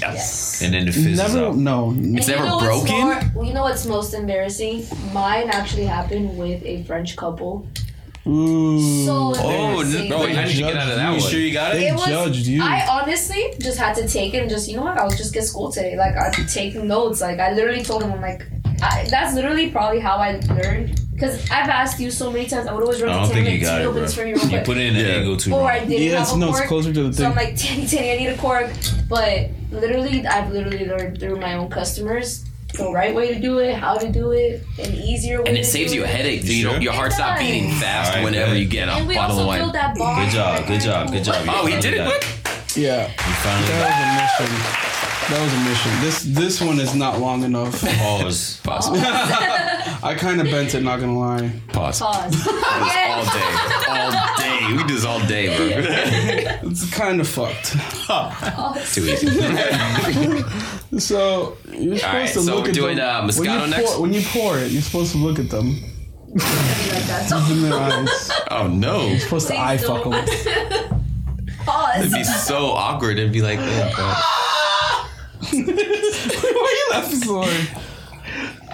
S4: Yes.
S5: And then the fizz is
S6: Never.
S5: out.
S6: No.
S4: It's
S2: And
S4: never
S2: what's
S4: broken?
S2: more- you know what's most embarrassing? Mine actually happened with a French couple. So
S4: Oh,
S2: embarrassing.
S4: no, wait, I need to get out of that
S5: You
S4: one.
S5: sure you got it?
S6: They
S2: It was,
S6: judged you.
S2: I honestly just had to take it and just, you know what, I'll just get school today. Like, I'm taking notes. Like, I literally told him, I'm like, I, that's literally probably how I learned. Because I've asked you so many times, I would always
S5: I
S2: run
S5: don't
S2: to
S5: think
S2: Tanny,
S5: you
S2: like,
S5: got
S2: Tanny
S5: it,
S2: open
S5: bro.
S2: this for me real
S5: You
S2: quick.
S5: put in an
S4: Yeah.
S5: angle too
S2: or I
S5: wrong.
S2: didn't
S6: Yeah, it's-
S2: have a
S6: no, it's
S2: cork.
S6: closer to the
S2: So I'm
S6: thing.
S2: like, Tanny, Tanny, I need a cork. But literally, I've literally learned through my own customers the right way to do it, how to do it, an easier way
S4: And
S2: to
S4: it saves
S2: do
S4: you a
S2: it.
S4: headache. So you don't,
S5: sure?
S4: your heart
S2: It
S4: stops
S2: does.
S4: beating fast
S5: All right,
S4: whenever
S5: good.
S4: you get a
S2: And we
S4: bottle
S2: also
S4: of
S2: filled
S4: wine.
S2: that bar.
S5: Good job, good job, good job. You
S4: Oh, he
S5: finally
S4: did it
S5: got
S4: quick.
S6: yeah,
S5: You finally got it.
S6: that was a mission. That was a mission. This this one is not long enough.
S5: Pause.
S4: Pause.
S6: I kind of bent it, not gonna lie.
S4: Pause.
S2: Pause.
S4: All
S2: Yes.
S4: day. All day. We do this all day, bro.
S6: It's kind of fucked.
S4: Too easy.
S6: So you're supposed
S4: right,
S6: to
S4: so
S6: look
S4: we're
S6: at
S4: doing,
S6: them.
S4: uh,
S6: when, you
S4: Moscato
S6: pour,
S4: next?
S6: when you pour it, you're supposed to look at them
S2: Like that. So,
S6: in their eyes.
S4: Oh, no.
S6: You're supposed to
S2: Please
S6: eye fuck
S2: don't.
S6: them.
S2: pause.
S4: It'd be so awkward. It'd be like, oh, God.
S6: Why are you laughing so hard?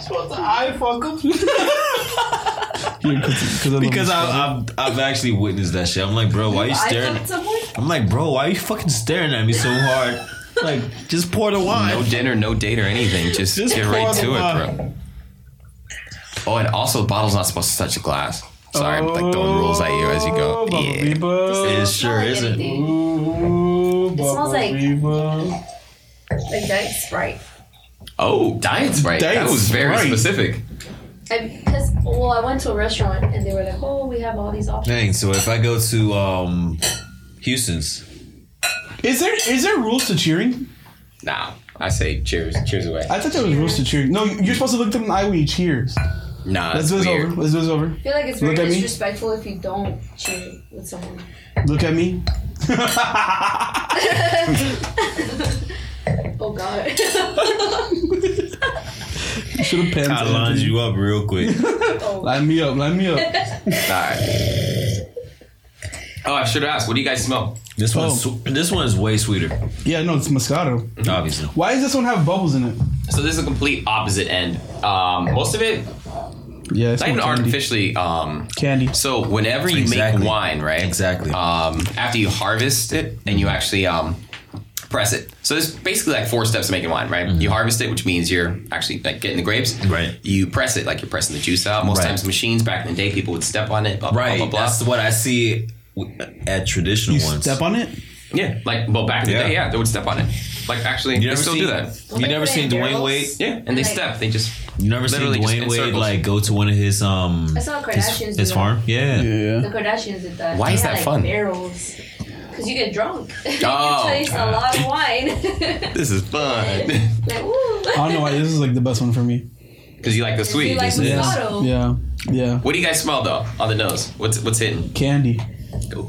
S6: supposed to eye fuck them.
S5: Because I, I've, I've actually witnessed that shit. I'm like, bro, why are you
S2: I
S5: staring?
S2: fucked someone?
S5: I'm like, bro, why are you fucking staring at me so hard? Like, just pour the wine.
S4: no dinner, no date or anything. Just,
S5: Just
S4: get
S5: pour
S4: right
S5: the
S4: to it,
S5: wine.
S4: bro. Oh, and also the bottle's not supposed to touch a glass. Sorry, I'm like throwing rules at you as you go.
S6: Baba
S4: Yeah.
S6: Biba.
S5: It
S2: Doesn't
S5: sure
S2: smell like
S5: isn't.
S2: anything.
S6: Ooh, Baba
S2: smells like-
S6: Biba.
S2: Like Diet Sprite.
S4: Oh, diet sprite. that
S6: Diet
S4: was very
S6: Sprite.
S4: specific.
S2: Because, well, I went to a restaurant and they were like, oh, we have all these options.
S5: Dang, so if I go to um Houston's.
S6: Is there is there rules to cheering?
S4: Nah, I say cheers. Cheers away.
S6: I thought there was rules to cheering. No, you're supposed to look them in the eye when you cheers.
S4: Nah, that's
S6: Let's do this
S4: weird.
S6: over. Let's do this over.
S2: I feel like it's
S6: Look
S2: very
S6: at me.
S2: disrespectful if you don't cheer with someone.
S6: Look at me.
S2: Oh, God.
S6: Should have panned.
S5: I lines you up real quick.
S6: Line me up. Line me up.
S4: All right. Oh, I should have asked. What do you guys smell?
S5: This one's
S6: Oh.
S5: this one is way sweeter,
S6: yeah, no, it's Moscato.
S5: obviously.
S6: Why does this one have bubbles in it?
S4: So this is a complete opposite end. Um, most of it,
S6: Yeah, it's
S4: not even
S6: more candy.
S4: artificially. Um,
S6: Candy.
S4: so whenever you
S5: Exactly.
S4: make wine, right?
S5: Exactly.
S4: Um, after you harvest it and you actually um, press it. So it's basically like four steps to making wine, right? You harvest it, which means you're actually like getting the grapes.
S5: Mm-hmm. Right.
S4: You press it, like you're pressing the juice out. Most
S5: Right.
S4: times, machines back in the day, people would step on it. Blah, blah,
S5: right.
S4: Blah, blah, blah.
S5: That's what I see w- at traditional
S6: You
S5: ones.
S6: step on it.
S4: Yeah. Like, well, back in the
S5: Yeah.
S4: day, yeah, they would step on it. Like, actually,
S5: you
S4: they
S5: never
S4: still
S5: seen,
S4: do that.
S5: You never
S2: Like
S5: seen
S2: putting
S5: Dwayne
S2: barrels?
S5: Wade?
S4: Yeah, and they
S2: Like-
S4: step. They just
S5: You never
S4: Literally
S5: seen
S4: just
S5: Dwayne
S4: in
S5: Wade
S4: circles.
S5: like go to one of his um
S2: I saw the
S5: his,
S2: Kardashians
S5: his
S2: do
S5: farm? Yeah.
S2: The
S6: Yeah.
S2: Kardashians did that.
S4: Why
S2: They
S4: is
S2: had,
S4: that
S2: like,
S4: fun?
S2: barrels. Because you get drunk. you
S4: Oh.
S2: can taste a lot of wine.
S4: this is fun
S2: like, ooh.
S6: I don't know why this is like the best one for me.
S4: because you like the sweet.
S2: You like
S4: isn't it?
S6: Yeah.
S2: Moscato.
S6: Yeah. Yeah.
S4: What do you guys smell though on the nose? What's what's hitting?
S6: Candy.
S5: No,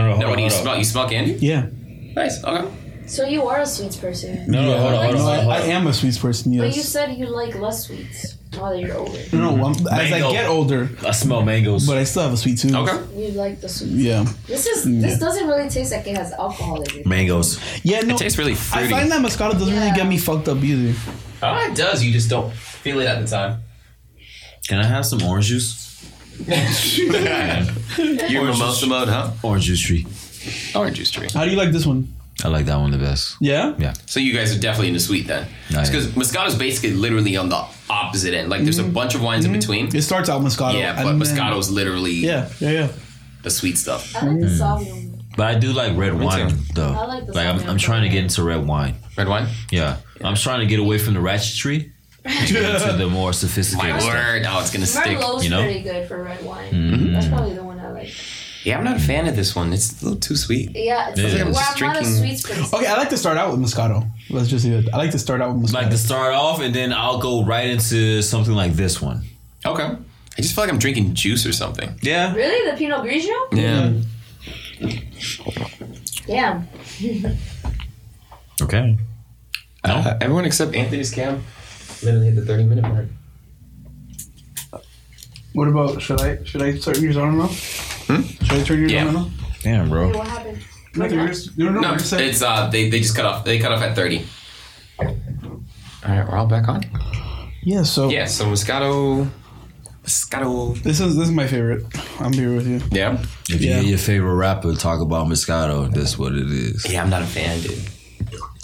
S5: no, hold
S4: No, what do you
S5: hold
S4: smell? You smell candy?
S6: Yeah.
S4: Nice. Okay.
S2: So you are a sweets person.
S5: No,
S6: Yeah.
S2: hold on,
S6: No, I,
S2: hold
S6: I am a sweets person.
S2: But you
S6: Yes.
S2: said you like less sweets now that you're older.
S6: No, no. I'm, as I
S5: Mango.
S6: get older,
S5: I smell mangoes.
S6: but I still have a sweet tooth.
S4: Okay.
S2: You like the sweets.
S6: Mm. Yeah. Mm.
S2: This is this doesn't really taste like it has alcohol in it.
S5: mangoes.
S6: Yeah. No.
S4: It tastes really
S6: I
S4: fruity.
S6: find that Moscato doesn't really
S2: Yeah.
S6: get me fucked up either.
S4: Oh, it does. You just don't feel it at the time.
S5: Can I have some orange juice?
S4: You're mimosa mode, huh?
S5: Orange juice tree.
S4: Orange juice tree.
S6: How do you like this one?
S5: I like that one the best.
S6: Yeah.
S5: Yeah.
S4: So you guys are definitely into sweet then.
S5: I am.
S4: Because Moscato's basically literally on the opposite end. Like there's a bunch of wines in between.
S6: It starts out Moscato.
S4: Yeah, but
S6: and then-
S4: Moscato's literally
S6: Yeah. Yeah. Yeah.
S4: the sweet stuff.
S2: I like the Sauvignon. one.
S5: But I do like red wine
S4: too.
S5: though.
S2: I like the
S5: I'm,
S2: Sauvignon
S5: I'm trying to
S2: Blanc.
S5: get into red wine.
S4: Red wine?
S5: Yeah. I'm trying to get away from the ratchetry and get into the more
S4: My
S5: sophisticated stuff.
S4: word. Oh, it's going to stick.
S2: Merlot's
S5: you know?
S2: pretty good for red wine.
S6: Mm-hmm.
S2: That's probably the one I like.
S4: Yeah, I'm not a fan of this one. It's a little too sweet.
S2: Yeah, it's
S5: Yeah.
S2: like,
S5: I'm
S2: well,
S4: just
S2: I'm not a
S4: drinking-
S2: sweets person.
S6: Okay. I like to start out with Moscato. Let's just do it. I like to start out with Moscato.
S5: Like to start off and then I'll go right into something like this one.
S4: Okay. I just feel like I'm drinking juice or something.
S5: Yeah.
S2: Really, the Pinot Grigio?
S4: Yeah.
S2: Damn.
S5: Okay.
S4: Uh, everyone except Anthony's cam literally hit the 30 minute mark.
S6: What about should I should I turn yours on and off? Should I turn yours
S4: Hmm? Yeah.
S6: on and off?
S5: Damn,
S2: Hey,
S5: bro.
S2: what happened?
S6: Not yours. No, no,
S4: No,
S6: I just said-
S4: it's uh they, they just cut off they cut off at 30. Alright, we're all back on.
S6: yeah. So
S4: Yeah, so Moscato Moscato.
S6: This is this is my favorite. I'm here with you.
S4: Yeah.
S5: If you
S6: Yeah.
S5: hear your favorite rapper talk about Moscato, that's what it is.
S4: Yeah, I'm not a fan, dude.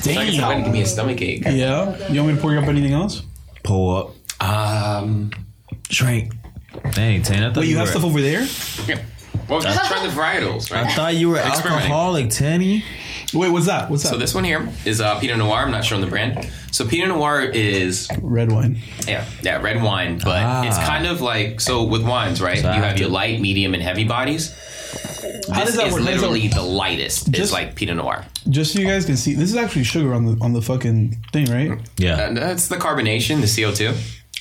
S4: Damn. It's not gonna give me a stomach ache.
S6: Yeah. You want me to pour you up anything else?
S5: Pull up.
S4: Um.
S5: Drink. Dang, Tane, I thought
S6: Wait, you have
S5: were,
S6: stuff over there?
S4: Well, just try the varietals,
S5: I
S4: right?
S5: thought you were
S4: Experimenting.
S5: alcoholic, Tanny.
S6: Wait, what's that? What's that?
S4: So this one here is uh, Pinot Noir. I'm not sure on the brand. So Pinot Noir is
S6: Red wine.
S4: yeah, yeah, red wine, but
S5: Ah.
S4: it's kind of like so with wines, right?
S5: I
S4: you
S5: have
S4: have your light, medium, and heavy bodies.
S6: How
S4: This
S6: does that
S4: is
S6: work? How does that
S4: literally
S6: work?
S4: the lightest. It's
S6: Just-
S4: like Pinot Noir.
S6: Just so you guys can see, this is actually sugar on the on the fucking thing, right?
S5: Yeah.
S4: And that's the carbonation, the CO2.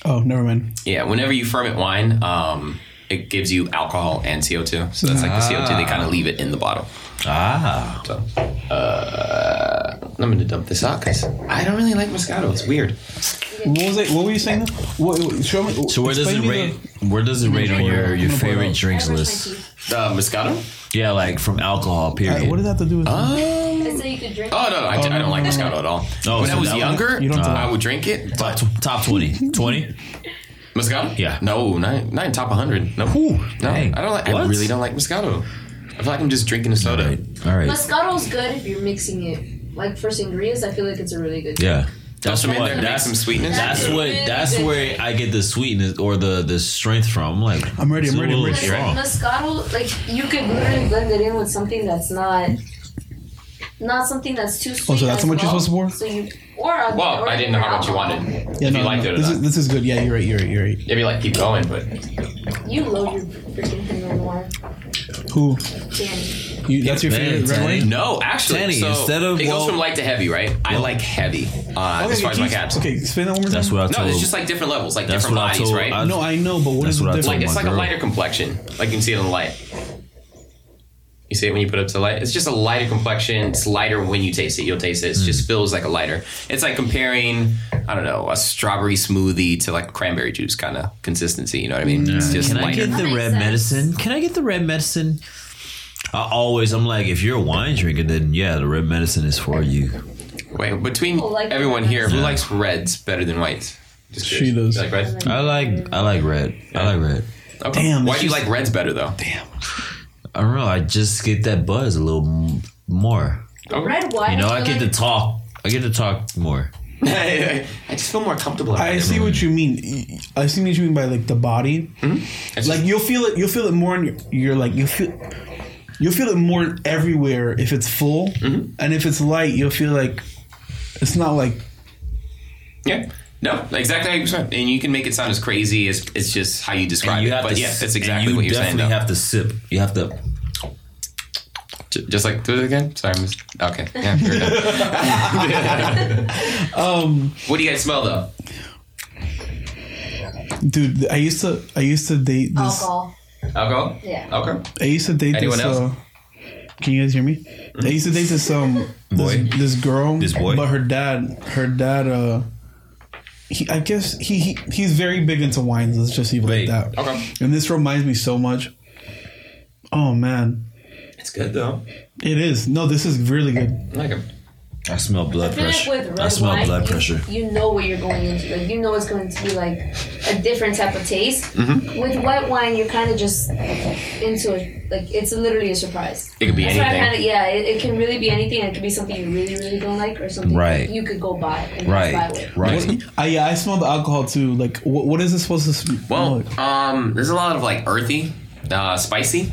S6: Oh, never mind.
S4: Yeah, whenever you ferment wine, um, it gives you alcohol and CO2. So that's like the CO2. They kind of leave it in the bottle.
S5: Ah.
S4: So uh, I'm going to dump this out because I don't really like Moscato. It's weird.
S6: What was it? What were you saying? though? What, what- show me.
S5: So where does it
S6: explain me
S5: rate? Where does it rate on your, your favorite drinks list?
S4: Uh, Moscato? Um,
S5: Yeah, like from alcohol.
S6: the-
S5: Period.
S6: What does that have to do with?
S2: So you could drink.
S4: Oh no, no I, I
S6: no,
S4: don't like
S6: no,
S4: Moscato at all.
S5: Oh,
S4: when
S5: so
S4: I was
S5: that one-
S4: younger,
S6: you don't have to-
S4: I would drink it.
S5: Top,
S4: But
S5: top 20. 20?
S4: Moscato?
S5: Yeah.
S4: No, not, not in top 100. No,
S5: Whew,
S4: no,
S5: dang.
S4: I don't like. I
S5: What?
S4: really don't like Moscato. I feel like I'm just drinking a soda.
S5: All right.
S2: Moscato's good if you're mixing it. Like for sangrias, I feel like it's a really good.
S5: Yeah.
S4: Throw
S5: That's
S4: some in
S5: what.
S4: there to make some
S5: That's
S4: sweetness.
S5: that's what. That's where I get the sweetness or the the strength from. I'm like,
S6: I'm ready, I'm
S5: it's a
S6: ready, I'm
S5: little
S6: ready.
S2: Like,
S5: strong.
S2: Moscato, like you could literally blend it in with something that's not, not something that's too sweet.
S6: Oh, so that's
S2: as
S6: what you're
S2: well.
S6: supposed to pour?
S2: So you or a-
S4: Well,
S2: or
S4: I didn't know how much you wanted. if you liked it or
S6: this
S4: not.
S6: is this is good. Yeah, you're right. You're right. You're right.
S4: If you like, keep going. But
S2: You load your freaking Pinot Noir.
S6: Who?
S2: Danny.
S6: You, that's your
S5: Man,
S6: favorite red
S5: Teddy.
S6: wine?
S4: no, actually,
S5: Tanny,
S4: so
S5: instead of-
S4: it
S5: well-
S4: goes from light to heavy, right? I like heavy uh, as far as my
S6: keep-
S4: caps.
S6: Okay, explain that one more
S5: That's
S6: time.
S5: what I
S4: No,
S5: told.
S4: it's just like different levels, like
S5: That's
S4: different
S5: what I
S4: bodies,
S5: told-
S4: right?
S5: I-
S6: No, I know, but what
S5: That's
S6: is
S5: what I
S6: the
S5: told
S4: like it's
S6: difference?
S5: my
S4: like a
S5: girl.
S4: lighter complexion. Like you can see it in the light. You see it when you put it up to the light. It's just a lighter complexion. It's lighter when you taste it. You'll taste it. It
S5: Mm.
S4: just feels like a lighter. It's like comparing, I don't know, a strawberry smoothie to like cranberry juice kind of consistency. You know what I mean? It's just
S5: Can I
S4: lighter.
S5: get the
S2: makes
S5: red
S2: sense.
S5: medicine? Can I get the red medicine? I always, I'm like, if you're a wine drinker, then yeah, the red medicine is for you.
S4: Wait, between
S2: People like
S4: everyone here, who
S5: Yeah.
S4: likes reds better than whites? Just
S6: She
S4: curious.
S6: does.
S4: You like reds?
S5: I like, I like red. I like red.
S4: Okay.
S6: Damn,
S4: Why
S6: it's
S4: do you
S6: just-
S4: like reds better though?
S5: I don't know. I just get that buzz a little m- more.
S4: Oh.
S2: Red wine.
S5: You know, I
S2: feel
S5: get to
S2: like-
S5: talk. I get to talk more.
S4: I just feel more comfortable.
S6: I
S4: around
S6: see
S4: everyone.
S6: what you mean. I see what you mean by like the body.
S5: Hmm?
S4: It's
S6: Like
S4: just-
S6: you'll feel it. You'll feel it more. In your, you're like you feel. You'll feel it more everywhere if it's full,
S5: Mm-hmm.
S6: and if it's light, you'll feel like it's not like
S4: Yeah. No, exactly how you said. And you can make it sound as crazy as it's just how you describe
S5: And you
S4: it.
S5: have
S4: but
S5: to.
S4: yeah,
S5: s-
S4: that's
S5: and
S4: exactly what you're saying.
S5: You definitely
S4: though.
S5: have to sip. You have to.
S4: J- just like do it again. Sorry, I missed. Okay. Yeah. You're done. um, what do you guys smell though?
S6: dude. I used to. I used to date this.
S2: alcohol.
S4: Alcohol.
S2: Yeah.
S4: Okay.
S6: I used to date
S4: Anyone
S6: this.
S4: else?
S6: Uh, can you guys hear me? I used to date this um
S5: Mm-hmm. Boy.
S6: this, this girl.
S5: This boy?
S6: But her dad, her dad. uh he, I guess he, he he's very big into wines. Let's just leave it
S5: Wait.
S6: like that.
S4: Okay.
S6: And this reminds me so much. Oh man,
S4: It's good though.
S6: it is. No, this is really good.
S4: I like it.
S5: I smell blood
S2: I feel like
S5: pressure.
S2: with red
S5: I smell
S2: wine,
S5: blood
S2: you,
S5: pressure.
S2: you know what you're going into. Like you know it's going to be like a different type of taste.
S5: Mm-hmm.
S2: With white wine, you're kind of just into it. Like it's literally a surprise.
S4: It could be
S2: That's why I
S4: anything.
S2: kind of yeah. It, it can really be anything. It could be something you really really don't like or something
S5: Right.
S2: you could go buy and buy
S5: Right.
S2: with.
S5: Right.
S6: I yeah, I smell the alcohol too. Like, what, what is this supposed to smell?
S4: Well,
S6: like?
S4: um, there's a lot of like earthy, uh, spicy.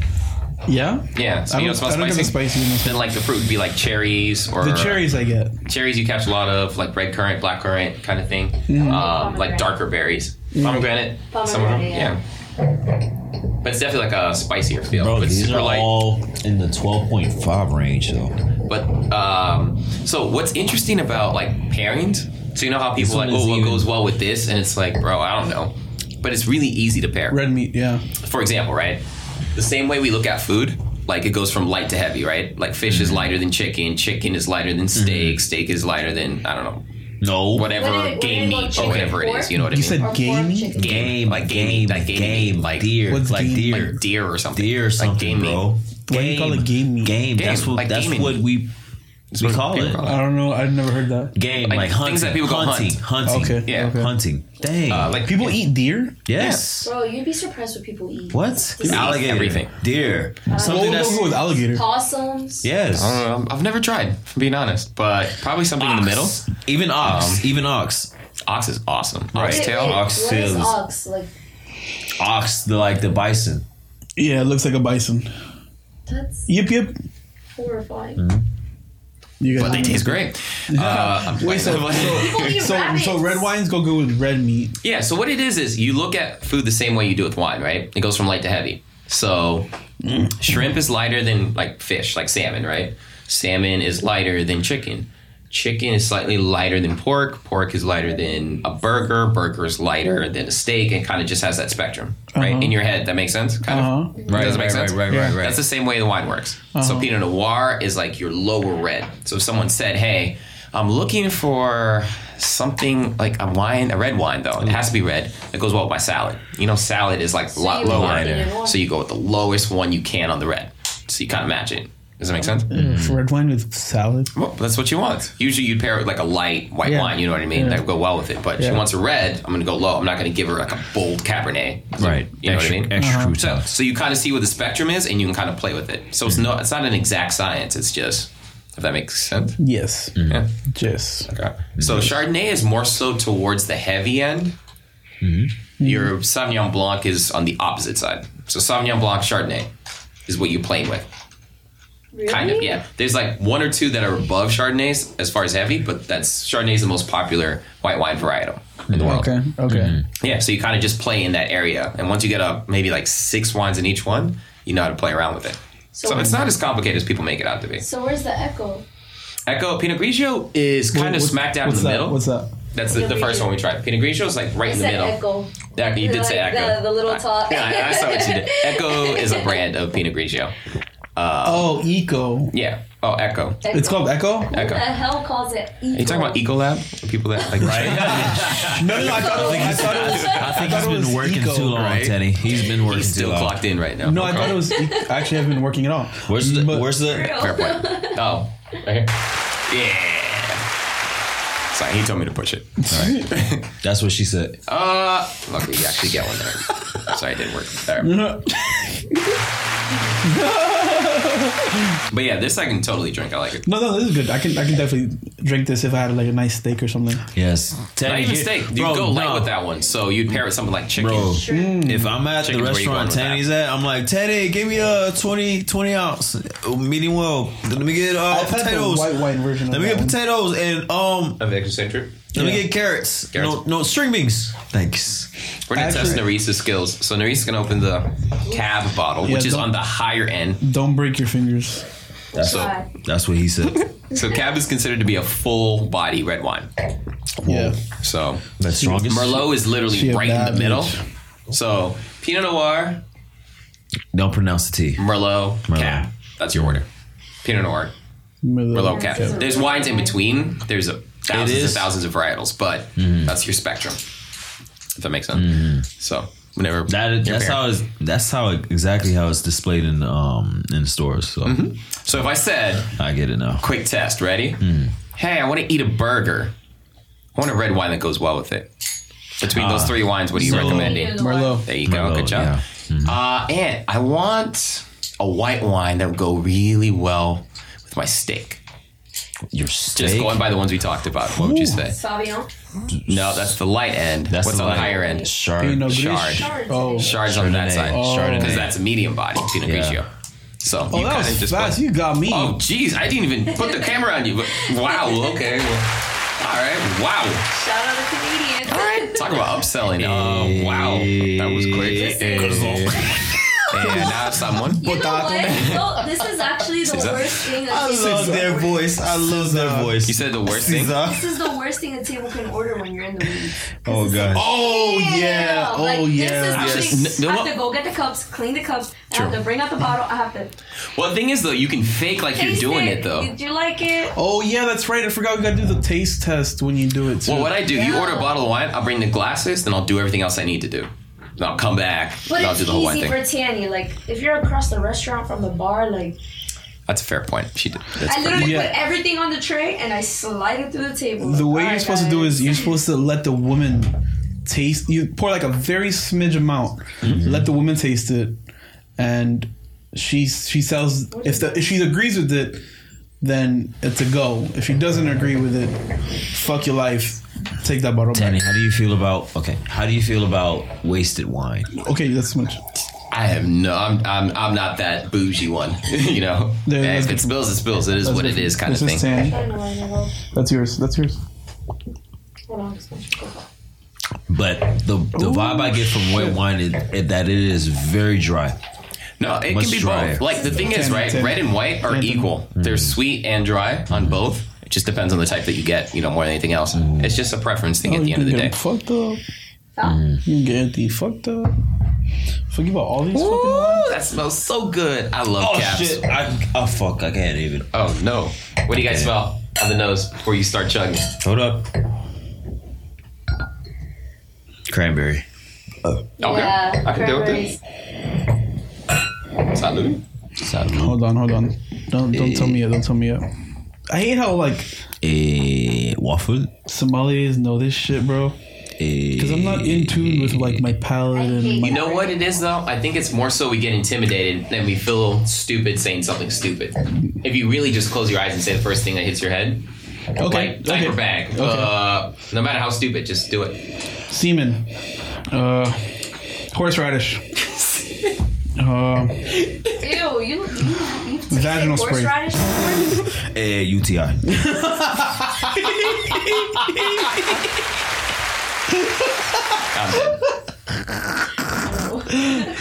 S6: yeah,
S4: Yeah. So
S6: I
S4: you
S6: don't,
S4: don't smell
S6: I don't get
S4: spicy.
S6: the spicy. in this.
S4: Then like the fruit would be like cherries or
S6: The cherries I get.
S4: cherries you catch a lot of like red currant black currant kind of thing
S6: Mm-hmm.
S4: um,
S2: Pomegranate.
S4: like darker berries pomegranate, some of them
S2: Pomegranate,
S4: yeah.
S2: yeah.
S4: but it's definitely like a spicier feel
S5: Bro,
S4: but
S5: these
S4: super
S5: are
S4: light
S5: all in the 12.5 range, though.
S4: but um, so what's interesting about like pairings so you know how people
S5: This one
S4: like oh
S5: is
S4: what
S5: even-
S4: goes well with this and it's like bro I don't know but it's really easy to pair
S6: Red meat. Yeah,
S4: for example, right? The same way we look at food, like it goes from light to heavy, right? Like fish is lighter than chicken, chicken is lighter than steak, steak is lighter than I don't know
S5: No.
S4: whatever
S2: What did-
S4: game
S2: what did it
S4: meat
S2: go
S4: or
S2: chicken
S4: whatever it
S2: for?
S4: is. You know what I
S6: you
S4: mean?
S6: said
S2: Or pork
S6: gamey.
S2: chicken.
S5: Game,
S4: like game,
S5: game,
S4: meat, like game,
S5: game,
S4: meat, like
S5: deer,
S6: What's
S5: like
S6: game?
S5: deer,
S4: like deer or something,
S5: deer, or
S4: like
S5: something,
S4: game meat.
S5: bro.
S6: Why do you call it game meat?
S5: Game.
S4: Game,
S5: That's what.
S4: like
S5: that's
S4: gaming.
S5: what we. we call it
S6: I don't know. I've never heard that.
S5: game
S4: Like,
S5: like, hunting,
S4: things that people call
S5: hunting, hunting,
S6: Okay.
S4: Yeah.
S6: Okay.
S5: hunting. Dang,
S4: Uh, like
S6: People eat deer.
S5: yes.
S2: Bro, you'd be surprised what people eat.
S5: What?
S2: They eat
S5: Alligator,
S4: everything.
S5: deer,
S6: What
S5: something
S6: would
S5: that's
S6: go with alligator?
S2: Possums.
S5: yes.
S4: I don't know. I've never tried, if I'm being honest, but probably something in the middle.
S5: Ox. Even ox.
S4: Um,
S5: even ox.
S4: Ox is awesome.
S5: Right.
S4: Ox
S2: Wait,
S4: tail.
S2: wait,
S4: Ox.
S2: What is
S5: tails.
S2: ox? Like
S5: Ox, the like the bison.
S6: Yeah, it looks like a bison.
S2: that's
S6: Yip yip.
S2: horrifying.
S5: Mm-hmm.
S6: You
S4: But they
S6: guys.
S4: taste great. Uh, I'm
S6: Wait, so,
S2: People eat
S6: so,
S2: rabbits.
S6: so red wines go good with red meat.
S4: Yeah, so what it is is you look at food the same way you do with wine, right? It goes from light to heavy. So mm, shrimp is lighter than like fish, like salmon, right? Salmon is lighter than chicken. Chicken is slightly lighter than pork. Pork is lighter than a burger. Burger is lighter than a steak, and kind of just has that spectrum, right? In your head, that makes sense, kind
S6: Uh-huh.
S4: of. Right, Does it make sense?
S6: Yeah.
S4: That's the same way the wine works.
S6: Uh-huh.
S4: So Pinot Noir is like your lower red. So if someone said, "Hey, I'm looking for something like a wine, a red wine though. It has to be red. It goes well with my salad. You know, salad is like a lot
S2: you
S4: lower.
S2: want Pinot Noir.
S4: So you go with the lowest one you can on the red. So you kind of match it. Does that make sense?
S6: Red wine with salad.
S4: Well, that's what she wants. Usually you'd pair it with like a light white
S6: Yeah.
S4: wine, you know what I mean? That would go well with it. But she
S6: Yeah.
S4: wants a red, I'm going to go low. I'm not going to give her like a bold Cabernet.
S5: Right.
S4: You know
S5: extra,
S4: what I mean?
S6: Uh-huh.
S5: Extra
S4: So,
S5: croutons.
S4: so you kind of see where the spectrum is, and you can kind of play with it. So it's no, it's not an exact science. It's just if that makes sense.
S6: Hmm. Yes.
S4: Yeah.
S6: Yes.
S4: Okay. So Chardonnay is more so towards the heavy end. Your Sauvignon Blanc is on the opposite side. So Sauvignon Blanc Chardonnay is what you're playing with.
S2: really?
S4: Kind of, yeah. There's like one or two that are above Chardonnays as far as heavy, but that's Chardonnay is the most popular white wine varietal in the world.
S6: Okay. Okay.
S4: Yeah, so you kind of just play in that area, and once you get up maybe like six wines in each one, you know how to play around with it.
S2: So,
S4: So it's not as complicated as people make it out to be.
S2: So where's the echo?
S4: Echo Pinot Grigio is kind of
S6: What's-
S4: smack dab in
S6: what's
S4: the
S6: that?
S4: middle.
S6: What's that?
S4: That's the, the first one we tried. Pinot Grigio is like right
S2: I
S4: in the
S2: said
S4: middle.
S2: echo.
S4: Yeah, you did say
S2: Like
S4: Echo.
S2: the- the little top.
S4: Yeah, I, I saw what you did. Echo is a brand of Pinot Grigio.
S6: Oh, eco.
S4: Yeah. Oh, Echo.
S6: It's called echo.
S4: Echo.
S2: The
S4: Are
S2: hell calls it eco?
S4: you talking about Ecolab? The People that like right?
S6: No, no, no, I thought it was. I thought it was.
S5: I think
S6: thought
S5: he's
S6: it was
S5: been working
S6: eco,
S5: too long,
S4: right?
S5: Teddy. He's been working
S4: He's still
S5: too long.
S4: clocked in right now.
S6: No, I thought it was. e- I actually haven't been working at all.
S5: Where's the?
S6: But-
S5: Where's the?
S4: Fair point. Oh, right here. Yeah. Sorry, he told me to push it.
S5: That's what she said.
S4: Uh, luckily you actually get one there. Sorry, it didn't work there. But yeah, this I can totally drink. I like it.
S6: No, no, this is good. I can, I can definitely drink this if I had like a nice steak or something.
S5: Yes. Teddy,
S4: Not even
S5: you-
S4: steak. You
S5: Bro,
S4: go light
S5: no.
S4: with that one, so you'd pair it with something like chicken.
S5: Bro,
S2: Sure.
S5: if I'm at
S4: Chicken's
S5: the
S4: where you going
S5: restaurant
S4: with
S5: Teddy's at, I'm like, Teddy, give me a 20, 20 ounce uh, medium well. Let me get uh,
S6: I've had the
S5: potatoes.
S6: white wine version of
S5: Let me get
S6: that one.
S5: potatoes and um,
S4: Of eccentric.
S5: let me
S6: Yeah.
S5: get carrots.
S4: Carrots.
S5: No, no string beans. Thanks.
S4: We're gonna
S6: Actually-
S4: test Narisa's skills. So Narisa's gonna open the cab bottle, which is
S6: don't-
S4: on the higher end.
S6: Don't break your fingers.
S4: So,
S2: God.
S5: That's what he said.
S4: so cab is considered to be a full body red wine.
S6: Yeah.
S4: So
S5: the strongest.
S4: Merlot is literally
S6: She a
S4: right in the
S6: bad
S4: middle.
S6: bitch.
S4: So Pinot Noir,
S5: Don't pronounce the T.
S4: Merlot,
S5: Merlot.
S4: Cab. That's your order. Pinot Noir, Merlot, Cab.
S2: Cab.
S4: There's wines in between. There's a thousands and
S5: is. Mm-hmm.
S4: thousands of varietals, but that's your spectrum. If that makes sense. So whenever
S5: That,
S4: you're
S5: that's
S4: paired.
S5: how it's, that's how it, exactly how it's displayed in um in stores. So
S4: So if I said
S5: I get it now.
S4: quick test. Ready?
S5: Hmm.
S4: Hey, I want to eat a burger. I want a red wine that goes well with it. Between
S5: Ah.
S4: those three wines, what are you
S5: so-
S4: recommending?
S6: Merlot.
S4: There you go.
S5: Merlot,
S4: Good job.
S5: Mm-hmm.
S4: Uh, and I want a white wine that would go really well with my steak.
S5: Your
S4: Just
S5: steak.
S4: going by the ones we talked about, what would you say?
S2: Sauvignon.
S4: No, that's the light end.
S5: That's
S4: What's
S5: the
S4: on the
S5: light.
S4: higher end?
S5: Shard.
S6: Pinot
S4: Shard.
S6: Gris. Oh.
S4: Shards on that
S5: Chardonnay.
S4: side.
S5: Oh.
S4: Because
S5: Chardonnay.
S4: that's a medium body, Pinot
S5: Yeah.
S4: Grigio. So
S6: Oh,
S4: you
S6: that
S4: kind of
S6: was
S4: just
S6: fast.
S4: went-
S6: You got me.
S4: Oh, jeez, I didn't even put the camera on you. But wow, okay. Well, all right, wow.
S2: Shout out to comedians.
S4: All right, talk about upselling. Oh, wow, that was quick. And now someone.
S2: You know what? No, this is actually the
S4: Caesar.
S2: worst thing. That
S5: I
S2: people
S5: love
S2: can
S5: their
S2: order.
S5: voice. I love their voice.
S4: You said the worst thing.
S2: This is the worst thing a table can order when you're in the weeds.
S5: Oh god.
S6: Oh
S2: Yeah, like, this is
S6: yeah.
S2: actually-
S4: Yes. No,
S2: I
S4: no.
S2: have to go get the cups, clean the cups. I have
S4: True.
S2: to bring out the bottle. I have to.
S4: Well, the thing is, though, you can fake like you're
S2: taste
S4: doing it, though.
S2: Did you like it?
S6: Oh yeah, that's right. I forgot we gotta do the taste test when you do it too.
S4: Well, what I do, you order a bottle of wine, I'll bring the glasses, then I'll do everything else I need to do. Then I'll come back,
S2: But
S4: and I'll
S2: it's
S4: do the whole wine
S2: easy
S4: thing.
S2: for Tanny. Like if you're across the restaurant from the bar, like
S4: That's a fair point. She did. That's
S2: I
S4: fair.
S2: literally
S6: Yeah.
S2: put everything on the tray and I slide it through the table.
S6: The way
S2: All
S6: you're
S2: right,
S6: supposed to do
S2: guys.
S6: is you're supposed to let the woman taste. You pour like a very smidge amount.
S4: Mm-hmm.
S6: Let the woman taste it, and she she sells. If the if she agrees with it, then it's a go. If she doesn't agree with it, fuck your life. Take that bottle
S5: Danny,
S6: back.
S5: how do you feel about okay? How do you feel about wasted wine?
S6: Okay, that's much.
S4: I have no. I'm, I'm I'm not that bougie one. you know,
S6: There,
S4: Hey,
S6: that's
S4: if it
S6: good.
S4: spills, it spills. It is what it is, kind of
S6: This
S4: thing.
S6: is Tanny.
S2: I don't know, I never-
S6: That's yours. That's yours.
S2: hold on, it's gonna
S4: Mm.
S2: go.
S5: But the the vibe I get from wet wine is is that it is very dry.
S4: No, Uh, it
S5: Much
S4: can be
S5: drier.
S4: both. Like the thing is,
S6: Ten,
S4: right?
S6: ten.
S4: Red and white Mm-hmm. are equal. They're sweet and dry on both. It just depends on the type that you get. You know, more than anything else. It's just a preference thing at the end of the day.
S6: Oh, fucked up.
S2: Huh?
S6: You can get the fucked up. Forget about all these fucking wines.
S4: Ooh, that smells so good. I love
S5: Oh
S4: caps.
S5: shit! I, oh fuck! I can't even.
S4: Oh no! What do you guys smell on the nose before you start chugging?
S5: Hold up. Cranberry.
S4: Okay,
S2: Yeah,
S4: Oh, I can deal with
S2: cranberries.
S4: it. Salud.
S5: Salud.
S6: Hold on, hold on. Don't don't tell me yet. Don't tell me yet. I hate how like
S5: A Eh, waffle. Eh,
S6: Somalis know this shit, bro. Because I'm not in tune with like my palate and
S4: You
S6: my.
S4: know what it is though? I think it's more so we get intimidated than we feel stupid saying something stupid. If you really just close your eyes and say the first thing that hits your head,
S6: Okay,
S4: like diaper
S6: okay.
S4: bag. Uh, no matter how stupid, just do it.
S6: Semen, uh, horseradish, uh,
S2: Ew, you, you, you
S6: Vaginal
S2: take
S6: spray.
S2: horseradish before?
S5: A UTI.
S4: I'm dead.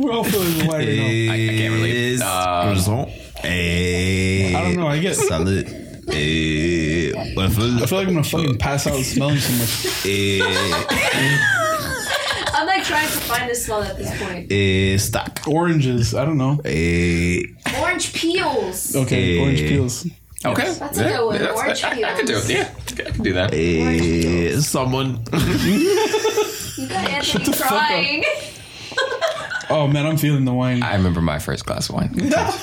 S6: we're all feeling wide right
S4: I can't relate.
S5: Is
S4: Um,
S5: croissant. A.
S6: now. I don't know. I guess I
S5: Salad. A waffle.
S6: feel like I'm gonna fucking pass out smelling so much.
S5: A,
S2: I'm like trying to find a smell at this point.
S5: a stock.
S6: Oranges. I don't know.
S5: A.
S2: Orange peels.
S6: Okay,
S5: Eh.
S6: orange peels.
S4: Okay,
S2: That's a good one. Orange
S4: I, I, I can do it.
S2: peels.
S4: Yeah, I can do that.
S5: A. Someone.
S2: You got Anthony
S6: the fuck up.
S2: crying.
S6: Oh man, I'm feeling the wine.
S4: I remember my first glass of wine. Good times.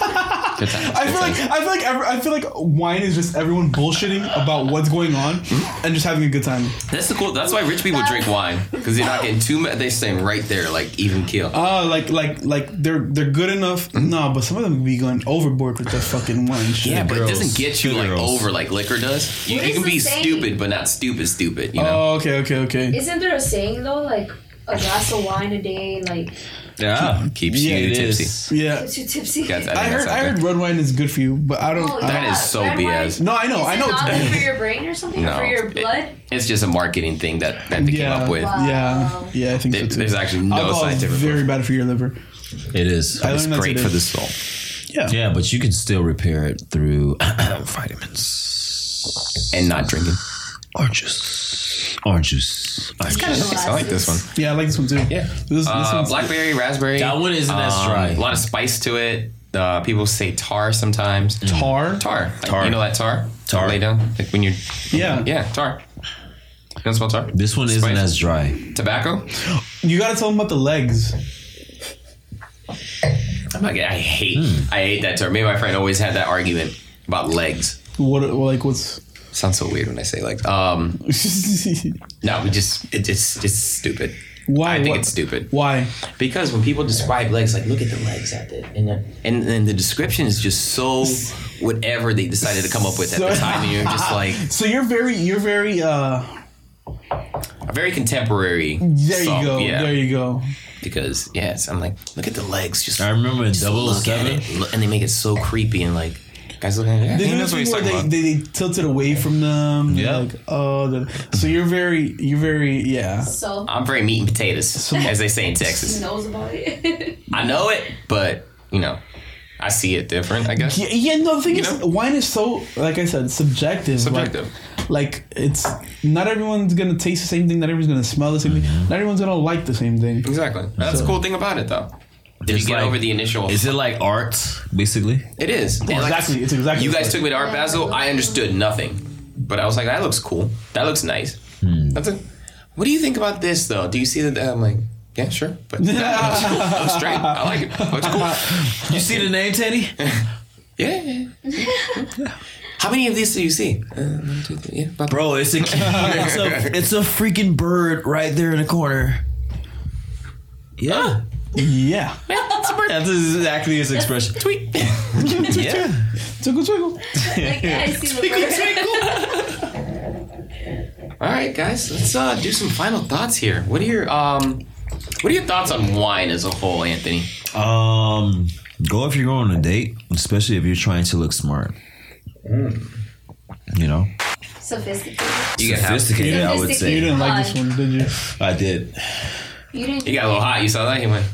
S4: Good times.
S6: I feel like I feel like every, I feel like wine is just everyone bullshitting about what's going on
S4: Hmm?
S6: and just having a good time.
S4: that's the cool. That's why rich people drink wine because you're not getting too much. They're staying right there, like even keel.
S6: Ah, like like like they're they're good enough.
S4: Hmm?
S6: No, but some of them be going overboard with that fucking wine shit.
S4: Yeah, but it
S5: girls.
S4: doesn't get you
S5: Good
S4: like
S5: girls.
S4: over like liquor does. You,
S2: What
S4: you
S2: is
S4: can
S2: the
S4: be
S2: saying?
S4: stupid, but not stupid stupid. You know,
S6: Oh, okay, okay, okay.
S2: Isn't there a saying though, like a glass of wine a day, like
S5: Yeah.
S4: keeps
S6: Yeah,
S4: you
S5: It
S4: tipsy.
S5: is.
S6: Yeah,
S2: gets you tipsy?
S4: That's-
S6: I
S4: think that's
S6: heard I
S4: out
S6: heard red wine is good for you, but I don't.
S2: Oh,
S6: I-
S4: That
S2: yeah.
S4: is so
S2: Red wine-
S4: BS.
S6: no, I know,
S2: Is
S6: I
S2: it
S6: know.
S2: not good for your brain or something?
S4: there. No,
S2: for your
S4: it-
S2: blood?
S4: it's just a marketing thing that that they came
S6: yeah,
S4: up with.
S6: yeah, yeah. I think
S4: There-
S6: so too.
S4: there's actually no
S6: Alcohol is
S4: scientific
S6: very bad for your liver.
S5: It is.
S6: I learned that today.
S4: soul.
S6: Yeah.
S5: Yeah, but you can still repair it through vitamins
S4: and not drinking.
S5: orange juice. Orange juice. Orange juice.
S4: I like this one.
S6: yeah, I like this one too. Yeah, this, this
S4: Uh,
S6: one's
S4: blackberry, raspberry. um,
S5: That one isn't as dry.
S4: A lot of spice to it. Uh, people say tar sometimes.
S6: tar.
S4: Tar. Like,
S5: Mm. Tar.
S4: You know that tar?
S5: Tar.
S4: Lay down. Like when you're.
S6: Yeah.
S4: Yeah, tar. You don't smell tar?
S5: This one isn't
S4: Spice.
S5: as dry.
S4: Tobacco?
S6: you gotta tell them about the legs.
S4: I'm not gonna, I hate.
S5: Hmm.
S4: I hate that term. Me and my friend always had that argument about legs.
S6: What like what's?
S4: Sounds so weird when I say legs. Um, no, we just it, it's it's stupid.
S6: Why?
S4: I think
S6: What-
S4: it's stupid.
S6: Why?
S4: Because when people describe legs, like look at the legs at the and the, and, and the description is just so whatever they decided to come up with at the
S6: So-
S4: time, and you're just like
S6: So you're very you're very uh.
S4: a very contemporary.
S6: There
S4: song,
S6: you go.
S4: yeah.
S6: There you go.
S4: Because yes, I'm like look at the legs, just
S5: I remember in
S4: just look at
S5: 007.
S4: it. Look- and they make it so creepy and like guys looking at it.
S6: They
S4: He
S6: do
S4: knows
S6: this
S4: what
S6: thing
S4: he's
S6: where
S4: talking
S6: they,
S4: about.
S6: they, they tilt it away from them. They're
S5: Yeah.
S6: Like, oh, the, so you're very, you're very, yeah.
S2: So
S4: I'm very meat and potatoes, as they say in Texas.
S2: who knows about it?
S4: I know it, but you know, I see it different. I guess.
S6: Yeah, yeah no, the thing is,
S4: know?
S6: wine is so, like I said, subjective. like-
S4: Subjective.
S6: Like, it's not everyone's gonna taste the same thing. Not everyone's gonna smell the same thing. Not everyone's gonna like the same thing.
S4: Exactly. That's the cool thing about it, though. If you
S5: It's
S4: get
S5: like-
S4: over the initial,
S5: Is it like art, basically?
S4: it is And like-
S6: exactly. It's exactly.
S4: You
S6: the
S4: guys
S6: same.
S4: took me to Art Basel. I understood nothing, but I was like, "That
S6: Hmm.
S4: looks cool. That looks nice." That's it. What do you think about this, though? Do you see that? I'm like, Yeah, sure. But that looks, looks straight. I like it. Looks cool.
S5: You see the name, Teddy?
S4: Yeah. yeah, yeah. How many of these do you see? Uh, one, two, three, yeah, about-
S5: Bro, it's a, it's a it's a freaking bird right there in the corner. Yeah.
S6: Yeah.
S5: That's exactly his expression. Tweet. yeah.
S6: Twinkle, twinkle.
S2: Like, yeah, I see the bird.
S4: All right, guys, let's uh, do some final thoughts here. What are your um, what are your thoughts on wine as a whole, Anthony?
S5: Um, go if you're going on a date, especially if you're trying to look smart. You know,
S2: Sophisticated.
S4: You got, hot-
S5: sophisticated. I would
S6: You
S5: say
S2: Sophisticated.
S6: didn't like this one, did you?
S5: I did.
S2: You didn't.
S4: you got a little hot. You saw that? You went.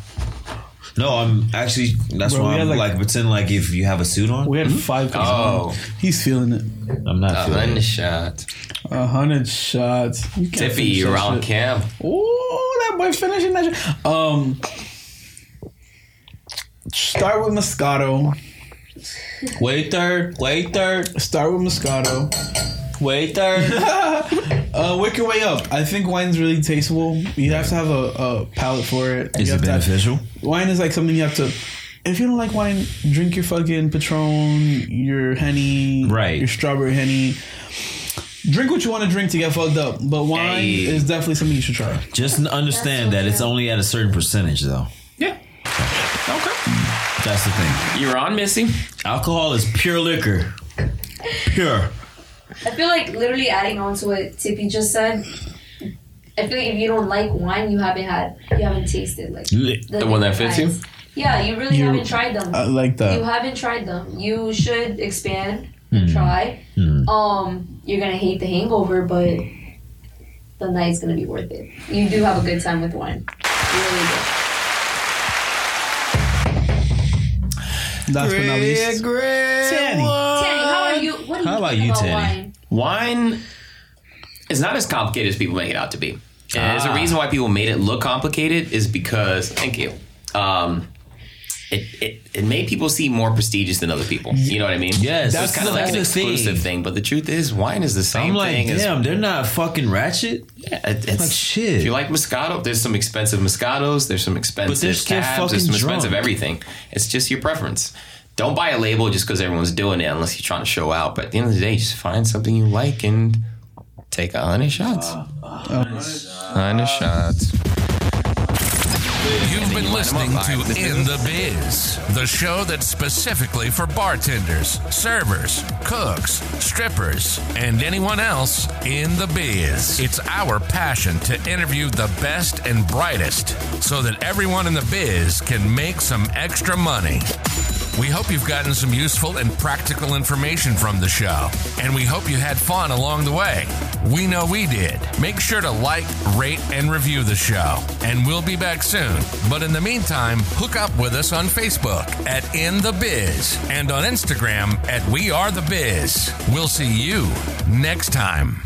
S5: No, I'm actually. That's
S6: Bro, we
S5: why I'm
S6: had,
S5: like,
S6: like-
S5: pretend like if you have a suit on.
S6: We had five. couples.
S4: Hmm? Oh,
S6: He's feeling it.
S5: I'm not
S4: a
S5: feeling.
S4: gun
S5: it.
S4: shot.
S6: A hundred shots. You can't finish
S4: Tiffy,
S6: that
S4: Ron
S6: shit.
S4: Camp.
S6: Oh, that boy finishing that shit. Um, start with Moscato.
S5: Waiter, waiter,
S6: Start with Moscato.
S5: waiter.
S6: Uh, work your way up. I think wine's really tasteable. You have to have a, a palate for it.
S5: Is
S6: you have
S5: it
S6: to have-
S5: beneficial?
S6: wine is like something you have to. If you don't like wine, drink your fucking Patron, your Henny,
S5: Right.
S6: your strawberry Henny. Drink what you want to drink to get fucked up, but wine
S4: Hey.
S6: is definitely something you should try.
S5: Just n- understand
S2: That's so
S5: that it's
S2: true.
S5: only at a certain percentage, though.
S4: Yeah. Okay.
S5: That's the thing.
S4: You're on, Missy.
S5: Alcohol is pure liquor. Pure.
S2: I feel like literally adding on to what Tippy just said. I feel like if you don't like wine, you haven't had, you haven't tasted like
S5: Li-
S4: The one that fits you?
S2: wines. Yeah, you really
S6: You-
S2: haven't tried them.
S6: I like that.
S2: you haven't tried them. You should expand
S4: Hmm.
S2: and try. Um, you're gonna hate the hangover, but the night's gonna be worth it. You do have a good time with wine. You really do.
S6: Last but not least,
S2: Tanny,
S6: Tanny.
S2: how are you? What do
S5: How
S2: you
S5: about
S2: think
S5: you,
S2: about
S5: Tanny?
S2: wine?
S4: Wine is not as complicated as people make it out to be. And There's
S5: Ah.
S4: a reason why people made it look complicated is because thank you. Um, it, it it made people seem more prestigious than other people. You know what I mean?
S5: Yes.
S4: so it's
S5: That's
S4: kind of
S5: the-
S4: like an
S5: that's the thing.
S4: exclusive thing. But the truth is, wine is the same
S5: I'm like,
S4: thing. as-
S5: damn, they're not fucking ratchet.
S4: yeah, it- it's
S5: like, shit.
S4: If you like Moscato, there's some expensive Moscatos. There's some expensive
S5: still
S4: tabs. There's some
S5: fucking
S4: expensive
S5: drunk.
S4: everything. It's just your preference. Don't buy a label just because everyone's doing it unless you're trying to show out. But at the end of the day, just find something you like and take a hundred shots. Uh, Hundred shots.
S1: You've been
S4: you line 'em
S1: listening
S4: up
S1: to
S4: live.
S1: In the Biz, the show that's specifically for bartenders, servers, cooks, strippers, and anyone else in the biz. It's our passion to interview the best and brightest so that everyone in the biz can make some extra money. We hope you've gotten some useful and practical information from the show, and we hope you had fun along the way. We know we did. Make sure to like, rate, and review the show, and we'll be back soon. But in the meantime, hook up with us on Facebook at In The Biz and on Instagram at We Are The Biz. We'll see you next time.